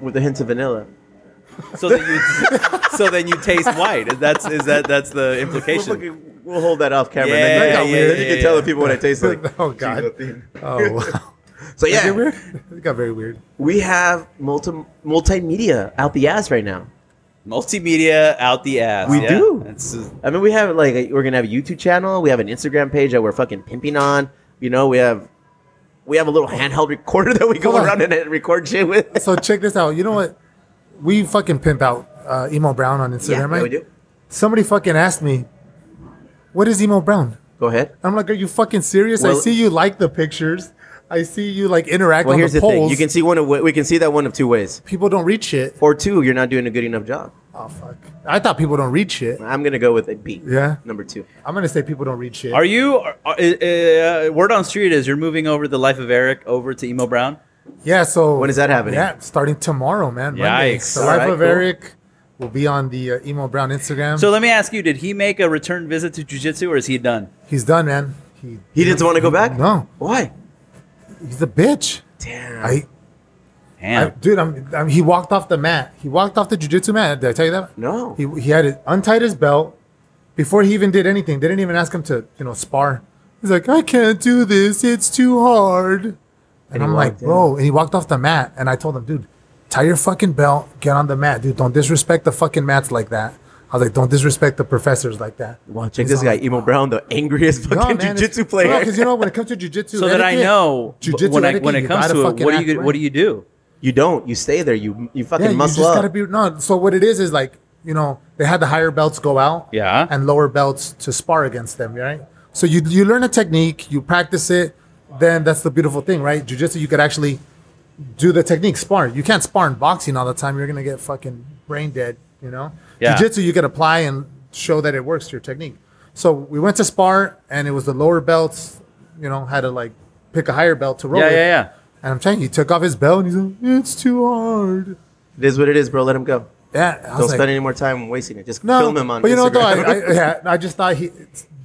[SPEAKER 2] with a hint of vanilla.
[SPEAKER 3] So that you so then you taste white. Is That's is that that's the
[SPEAKER 2] We'll,
[SPEAKER 3] implication.
[SPEAKER 2] fucking- we'll hold that off camera. and
[SPEAKER 3] Yeah,
[SPEAKER 2] then
[SPEAKER 4] yeah,
[SPEAKER 2] you,
[SPEAKER 4] yeah,
[SPEAKER 2] you
[SPEAKER 3] yeah,
[SPEAKER 2] can tell
[SPEAKER 3] yeah.
[SPEAKER 2] the people what it tastes like.
[SPEAKER 4] oh God. Oh wow.
[SPEAKER 2] So
[SPEAKER 4] Is it
[SPEAKER 2] yeah,
[SPEAKER 4] weird? It got very weird.
[SPEAKER 2] we have multi multimedia out the ass right now.
[SPEAKER 3] Multimedia out the ass.
[SPEAKER 2] We
[SPEAKER 3] yeah.
[SPEAKER 2] do.
[SPEAKER 3] It's just-
[SPEAKER 2] I mean, we have like a, we're gonna have a YouTube channel. We have an Instagram page that we're fucking pimping on. You know, we have we have a little handheld recorder that we go
[SPEAKER 4] Hold on.
[SPEAKER 2] around and uh, record shit with.
[SPEAKER 4] So check this out. You know what? We fucking pimp out uh, emo brown on Instagram,
[SPEAKER 2] yeah,
[SPEAKER 4] right?
[SPEAKER 2] we do.
[SPEAKER 4] Somebody fucking asked me, "What is emo brown?"
[SPEAKER 2] Go ahead.
[SPEAKER 4] I'm like, "Are you fucking serious?
[SPEAKER 2] Well-
[SPEAKER 4] I see you like the pictures. I see you like interact
[SPEAKER 2] Well,
[SPEAKER 4] on
[SPEAKER 2] here's
[SPEAKER 4] the,
[SPEAKER 2] the, thing.
[SPEAKER 4] polls.
[SPEAKER 2] You can see one of wa- we can see that one of two ways,
[SPEAKER 4] people don't read shit.
[SPEAKER 2] or two, you're not doing a good enough job.
[SPEAKER 4] Oh fuck! I thought people don't read shit.
[SPEAKER 2] I'm gonna go with a B.
[SPEAKER 4] Yeah.
[SPEAKER 2] number two.
[SPEAKER 4] I'm gonna say people don't read shit.
[SPEAKER 3] Are you are, are- uh, uh, word on street is you're moving over the life of Eric over to Emo Brown?
[SPEAKER 4] Yeah. So
[SPEAKER 2] When is that happening?
[SPEAKER 4] Yeah, starting tomorrow, man. Monday.
[SPEAKER 3] Yikes.
[SPEAKER 4] The
[SPEAKER 2] All
[SPEAKER 4] life
[SPEAKER 2] right,
[SPEAKER 4] of
[SPEAKER 2] cool.
[SPEAKER 4] Eric will be on the uh, emo brown Instagram.
[SPEAKER 3] So let me ask you, did he make a return visit to jujitsu or is he done?
[SPEAKER 4] he's done, man. He
[SPEAKER 2] He didn't want to go back.
[SPEAKER 4] no.
[SPEAKER 2] Why?
[SPEAKER 4] He's a bitch.
[SPEAKER 2] Damn.
[SPEAKER 4] I, I
[SPEAKER 3] Damn.
[SPEAKER 4] dude, I'm, I'm. He walked off the mat. He walked off the jujitsu mat. Did I tell you that?
[SPEAKER 2] no.
[SPEAKER 4] He he had it untied his belt before he even did anything. They didn't even ask him to you know spar. He's like, I can't do this. It's too hard. And,
[SPEAKER 2] he
[SPEAKER 4] I'm
[SPEAKER 2] walked
[SPEAKER 4] like,
[SPEAKER 2] in.
[SPEAKER 4] bro. And he walked off the mat, and I told him, dude, tie your fucking belt, get on the mat, dude. Don't disrespect the fucking mats like that. I was like, don't disrespect the professors like that.
[SPEAKER 2] wow, check
[SPEAKER 4] He's
[SPEAKER 2] this
[SPEAKER 4] all
[SPEAKER 2] guy,
[SPEAKER 4] like,
[SPEAKER 2] Emo Brown, the angriest fucking jiu-jitsu player.
[SPEAKER 4] Because you know, when it comes to jujitsu,
[SPEAKER 3] so that I
[SPEAKER 4] etiquette-
[SPEAKER 3] know
[SPEAKER 4] jujitsu
[SPEAKER 3] when I,
[SPEAKER 4] etiquette,
[SPEAKER 3] when it
[SPEAKER 4] you
[SPEAKER 3] comes
[SPEAKER 4] gotta
[SPEAKER 3] to it,
[SPEAKER 4] fucking
[SPEAKER 3] what do
[SPEAKER 4] act
[SPEAKER 3] you
[SPEAKER 4] right.
[SPEAKER 3] what do you do?
[SPEAKER 2] you don't. You stay there. You you fucking
[SPEAKER 4] Yeah, you just
[SPEAKER 2] muscle up.
[SPEAKER 4] gotta be no. So what it is is like you know they had the higher belts go out,
[SPEAKER 3] Yeah.
[SPEAKER 4] and lower belts to spar against them, right? So you you learn a technique, you practice it, then that's the beautiful thing, right? Jiu-jitsu, you could actually do the technique spar. You can't spar in boxing all the time; you're gonna get fucking brain dead, you know.
[SPEAKER 3] Yeah.
[SPEAKER 4] Jiu-jitsu, you could apply and show that it works your technique. So we went to spar, and it was the lower belts, you know, had to like pick a higher belt to roll.
[SPEAKER 3] Yeah,
[SPEAKER 4] with.
[SPEAKER 3] yeah, yeah.
[SPEAKER 4] And I'm telling you, he took off his belt, and he's like, "It's too hard."
[SPEAKER 2] It is what it is, bro. Let him go.
[SPEAKER 4] Yeah, I was
[SPEAKER 2] Don't
[SPEAKER 4] like,
[SPEAKER 2] spend any more time wasting it. Just
[SPEAKER 4] no,
[SPEAKER 2] film him on.
[SPEAKER 4] But you know what? Though,
[SPEAKER 2] Instagram.
[SPEAKER 4] I, I, yeah, I just thought he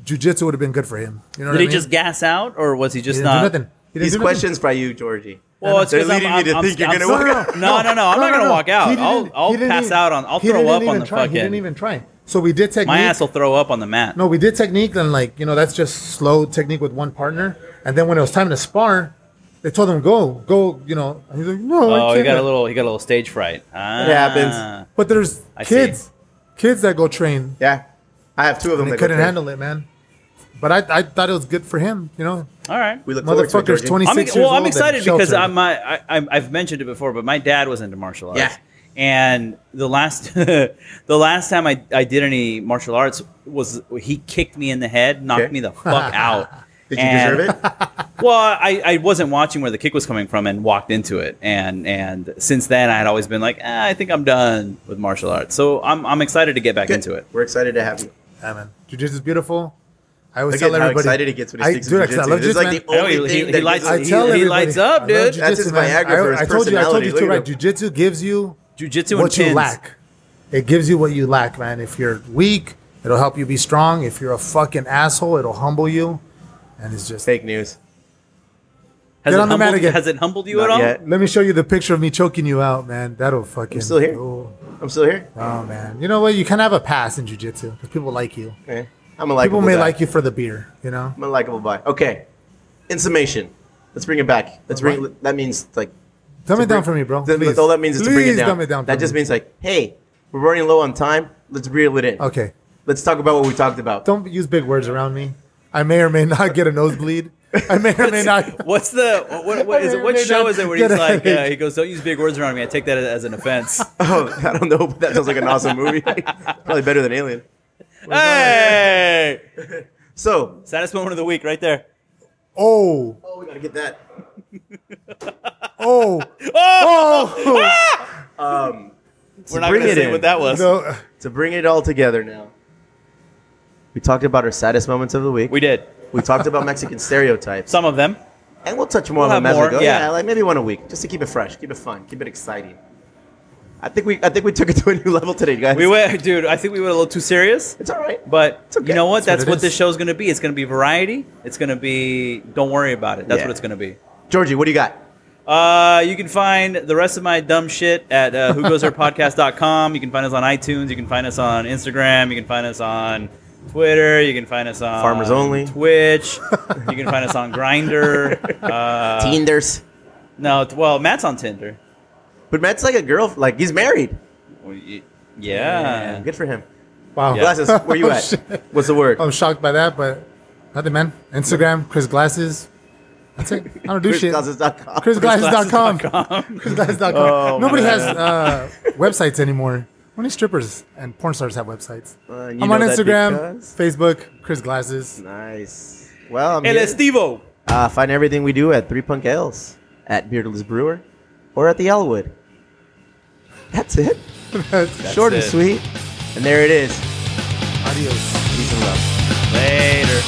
[SPEAKER 4] jujitsu would have been good for him. You know
[SPEAKER 3] Did
[SPEAKER 4] what
[SPEAKER 3] he
[SPEAKER 4] I mean?
[SPEAKER 3] just gas out or was he just
[SPEAKER 4] he didn't
[SPEAKER 3] not?
[SPEAKER 4] do nothing. He didn't
[SPEAKER 2] These
[SPEAKER 4] do nothing.
[SPEAKER 2] questions by you, Georgie.
[SPEAKER 3] Well, it's
[SPEAKER 2] They're
[SPEAKER 3] 'cause I'm-
[SPEAKER 2] leading me to
[SPEAKER 3] I'm-
[SPEAKER 2] think you're
[SPEAKER 3] I'm-
[SPEAKER 2] gonna walk out.
[SPEAKER 3] No, no, no. I'm not gonna walk out. I'll I'll pass out on. I'll throw up on the
[SPEAKER 4] try. He didn't
[SPEAKER 3] fucking.
[SPEAKER 4] even try. So we did technique.
[SPEAKER 3] My ass will throw up on the mat.
[SPEAKER 4] No, we did technique, and like you know, that's just slow technique with one partner. And then when it was time to spar, They told him go, go. You know, and he's like, no. I
[SPEAKER 3] Oh, he
[SPEAKER 4] can't.
[SPEAKER 3] got a little he got a little stage fright. Ah.
[SPEAKER 2] happens.
[SPEAKER 4] But there's
[SPEAKER 3] I see.
[SPEAKER 4] kids, kids that go train.
[SPEAKER 2] Yeah, I have two of them. that
[SPEAKER 4] And they
[SPEAKER 2] go
[SPEAKER 4] couldn't
[SPEAKER 2] crazy.
[SPEAKER 4] handle it, man. But I, I thought it was good for him. You know,
[SPEAKER 3] All right.
[SPEAKER 2] We look forward to it,
[SPEAKER 4] motherfuckers,
[SPEAKER 2] Georgie.
[SPEAKER 4] twenty
[SPEAKER 3] I'm,
[SPEAKER 4] six years
[SPEAKER 3] well,
[SPEAKER 4] old.
[SPEAKER 3] I'm
[SPEAKER 4] and
[SPEAKER 3] excited because
[SPEAKER 4] sheltered.
[SPEAKER 3] I'm, I, I, I'm- I've mentioned it before, but my dad was into martial arts.
[SPEAKER 2] Yeah.
[SPEAKER 3] And the last the last time I, I did any martial arts was he kicked me in the head, knocked
[SPEAKER 2] Okay.
[SPEAKER 3] me the fuck out.
[SPEAKER 2] Did you
[SPEAKER 3] And-
[SPEAKER 2] deserve it?
[SPEAKER 3] Well, I, I wasn't watching where the kick was coming from and walked into it. And and since then, I had always been like, "Ah, I think I'm done with martial arts. So I'm, I'm excited to get back
[SPEAKER 2] Good.
[SPEAKER 3] into it.
[SPEAKER 2] We're excited to have you.
[SPEAKER 4] Yeah, man. Jiu-Jitsu is beautiful. I always
[SPEAKER 2] Look
[SPEAKER 4] tell
[SPEAKER 2] at how
[SPEAKER 4] everybody.
[SPEAKER 2] excited he gets when he
[SPEAKER 4] I-
[SPEAKER 2] sticks
[SPEAKER 4] dude,
[SPEAKER 2] in
[SPEAKER 4] I
[SPEAKER 2] jiu-jitsu.
[SPEAKER 4] love
[SPEAKER 2] This is
[SPEAKER 4] jiu-jitsu,
[SPEAKER 2] like the
[SPEAKER 3] man.
[SPEAKER 2] only
[SPEAKER 3] Oh, he-
[SPEAKER 2] thing
[SPEAKER 3] he
[SPEAKER 2] that
[SPEAKER 3] likes-
[SPEAKER 2] gives
[SPEAKER 4] I
[SPEAKER 2] us-
[SPEAKER 3] he-
[SPEAKER 4] tell
[SPEAKER 3] he
[SPEAKER 4] everybody.
[SPEAKER 3] lights up,
[SPEAKER 4] I love
[SPEAKER 3] dude. That's
[SPEAKER 4] jiu-jitsu,
[SPEAKER 2] his
[SPEAKER 4] man.
[SPEAKER 2] Viagra for
[SPEAKER 4] I, I
[SPEAKER 2] his
[SPEAKER 4] told you. I told
[SPEAKER 2] personality.
[SPEAKER 4] you
[SPEAKER 2] Look
[SPEAKER 4] too,
[SPEAKER 2] at him.
[SPEAKER 4] right? Jiu-jitsu gives you
[SPEAKER 3] Jiu-jitsu and
[SPEAKER 4] what you
[SPEAKER 3] pins.
[SPEAKER 4] lack. It gives you what you lack, man. If you're weak, it'll help you be strong. If you're a fucking asshole, it'll humble you. And it's just.
[SPEAKER 2] fake news.
[SPEAKER 3] Has,
[SPEAKER 4] Get
[SPEAKER 3] it
[SPEAKER 4] on the mat
[SPEAKER 3] humbled,
[SPEAKER 4] again.
[SPEAKER 3] has it humbled you
[SPEAKER 2] Not
[SPEAKER 3] at all?
[SPEAKER 2] yet.
[SPEAKER 4] Let me show you the picture of me choking you out, man. That'll fucking.
[SPEAKER 2] still here.
[SPEAKER 4] Oh,
[SPEAKER 2] I'm still here.
[SPEAKER 4] oh, man. You know what? You can have a pass in jiu-jitsu because people like you.
[SPEAKER 2] Okay. I'm a likable.
[SPEAKER 4] people may
[SPEAKER 2] guy.
[SPEAKER 4] like you for the beer, you know?
[SPEAKER 2] I'm a likable guy. Okay. In summation, let's bring it back. Let's bring. That means like.
[SPEAKER 4] Dumb
[SPEAKER 2] to
[SPEAKER 4] it down
[SPEAKER 2] bring-
[SPEAKER 4] for me, bro.
[SPEAKER 2] That,
[SPEAKER 4] Please.
[SPEAKER 2] All that means is to bring it
[SPEAKER 4] Please
[SPEAKER 2] down.
[SPEAKER 4] dumb it down
[SPEAKER 2] that
[SPEAKER 4] for
[SPEAKER 2] just
[SPEAKER 4] me.
[SPEAKER 2] means like, hey, we're running low on time. Let's reel it in.
[SPEAKER 4] Okay.
[SPEAKER 2] Let's talk about what we talked about.
[SPEAKER 4] Don't use big words around me. I may or may not get a nosebleed. I may or may not.
[SPEAKER 3] What's the what, what, what is it? What
[SPEAKER 4] They
[SPEAKER 3] show
[SPEAKER 4] don't
[SPEAKER 3] is it where
[SPEAKER 4] get
[SPEAKER 3] he's like
[SPEAKER 4] it.
[SPEAKER 3] uh, he goes, "Don't use big words around me." I take that as an offense.
[SPEAKER 2] Oh, I don't know, but that sounds like an awesome movie. Probably better than Alien.
[SPEAKER 3] hey,
[SPEAKER 2] So,
[SPEAKER 3] saddest moment of the week, right there.
[SPEAKER 4] Oh,
[SPEAKER 2] oh, we gotta get that.
[SPEAKER 4] oh, oh!
[SPEAKER 2] To
[SPEAKER 3] We're not
[SPEAKER 2] bring
[SPEAKER 3] gonna
[SPEAKER 2] it
[SPEAKER 3] say
[SPEAKER 2] in,
[SPEAKER 3] what that was.
[SPEAKER 4] No,
[SPEAKER 2] To bring it all together now. We talked about our saddest moments of the week.
[SPEAKER 3] We did
[SPEAKER 2] We talked about Mexican stereotypes,
[SPEAKER 3] some of them.
[SPEAKER 2] and we'll touch more
[SPEAKER 3] We'll
[SPEAKER 2] on
[SPEAKER 3] have
[SPEAKER 2] them as we
[SPEAKER 3] more,
[SPEAKER 2] go.
[SPEAKER 3] yeah.
[SPEAKER 2] Yeah. like maybe one a week, just to keep it fresh, keep it fun, keep it exciting. I think we, I think we took it to a new level today, guys.
[SPEAKER 3] We went, dude. I think we went a little too serious.
[SPEAKER 2] It's all right.
[SPEAKER 3] But
[SPEAKER 2] It's okay.
[SPEAKER 3] you know what?
[SPEAKER 4] That's
[SPEAKER 3] That's,
[SPEAKER 4] what it
[SPEAKER 3] what,
[SPEAKER 4] is.
[SPEAKER 3] this show's going to be. It's going to be variety. It's going to be. Don't worry about it. That's
[SPEAKER 2] Yeah.
[SPEAKER 3] what it's going to be.
[SPEAKER 2] Georgie, what do you got?
[SPEAKER 3] Uh, you can find the rest of my dumb shit at uh, whogoesherpodcast.com. You can find us on iTunes. You can find us on Instagram. You can find us on Twitter. You can find us on
[SPEAKER 2] Farmers Only.
[SPEAKER 3] Twitch. you can find us on Grinder. Uh,
[SPEAKER 2] Tinders.
[SPEAKER 3] no, t- well, Matt's on Tinder.
[SPEAKER 2] But Matt's like a girl. Like he's married.
[SPEAKER 3] Well, y- Yeah. Oh,
[SPEAKER 2] Good for him.
[SPEAKER 4] wow.
[SPEAKER 2] Glasses, where you
[SPEAKER 4] Oh,
[SPEAKER 2] at?
[SPEAKER 4] shit.
[SPEAKER 2] What's the word?
[SPEAKER 4] I'm shocked by that, but nothing, man. Instagram, Chris Glasses. That's it. I don't do shit.
[SPEAKER 2] ChrisGlasses.com.
[SPEAKER 4] ChrisGlasses.com.
[SPEAKER 3] Glasses.com.
[SPEAKER 4] ChrisGlasses.com.
[SPEAKER 2] Oh,
[SPEAKER 4] Nobody has uh, websites anymore. Only strippers and porn stars have websites.
[SPEAKER 2] Uh, and you
[SPEAKER 4] I'm on
[SPEAKER 2] know that
[SPEAKER 4] Instagram,
[SPEAKER 2] because-
[SPEAKER 4] Facebook, Chris Glasses.
[SPEAKER 2] Nice. Well, I'm
[SPEAKER 3] El
[SPEAKER 2] here.
[SPEAKER 3] Estivo.
[SPEAKER 2] Uh, find everything we do at Three Punk Ales, at Beardless Brewer, or at the Elwood. That's it. Short and
[SPEAKER 3] it.
[SPEAKER 2] sweet. And there it is.
[SPEAKER 4] Adios.
[SPEAKER 2] Peace and love.
[SPEAKER 3] Later.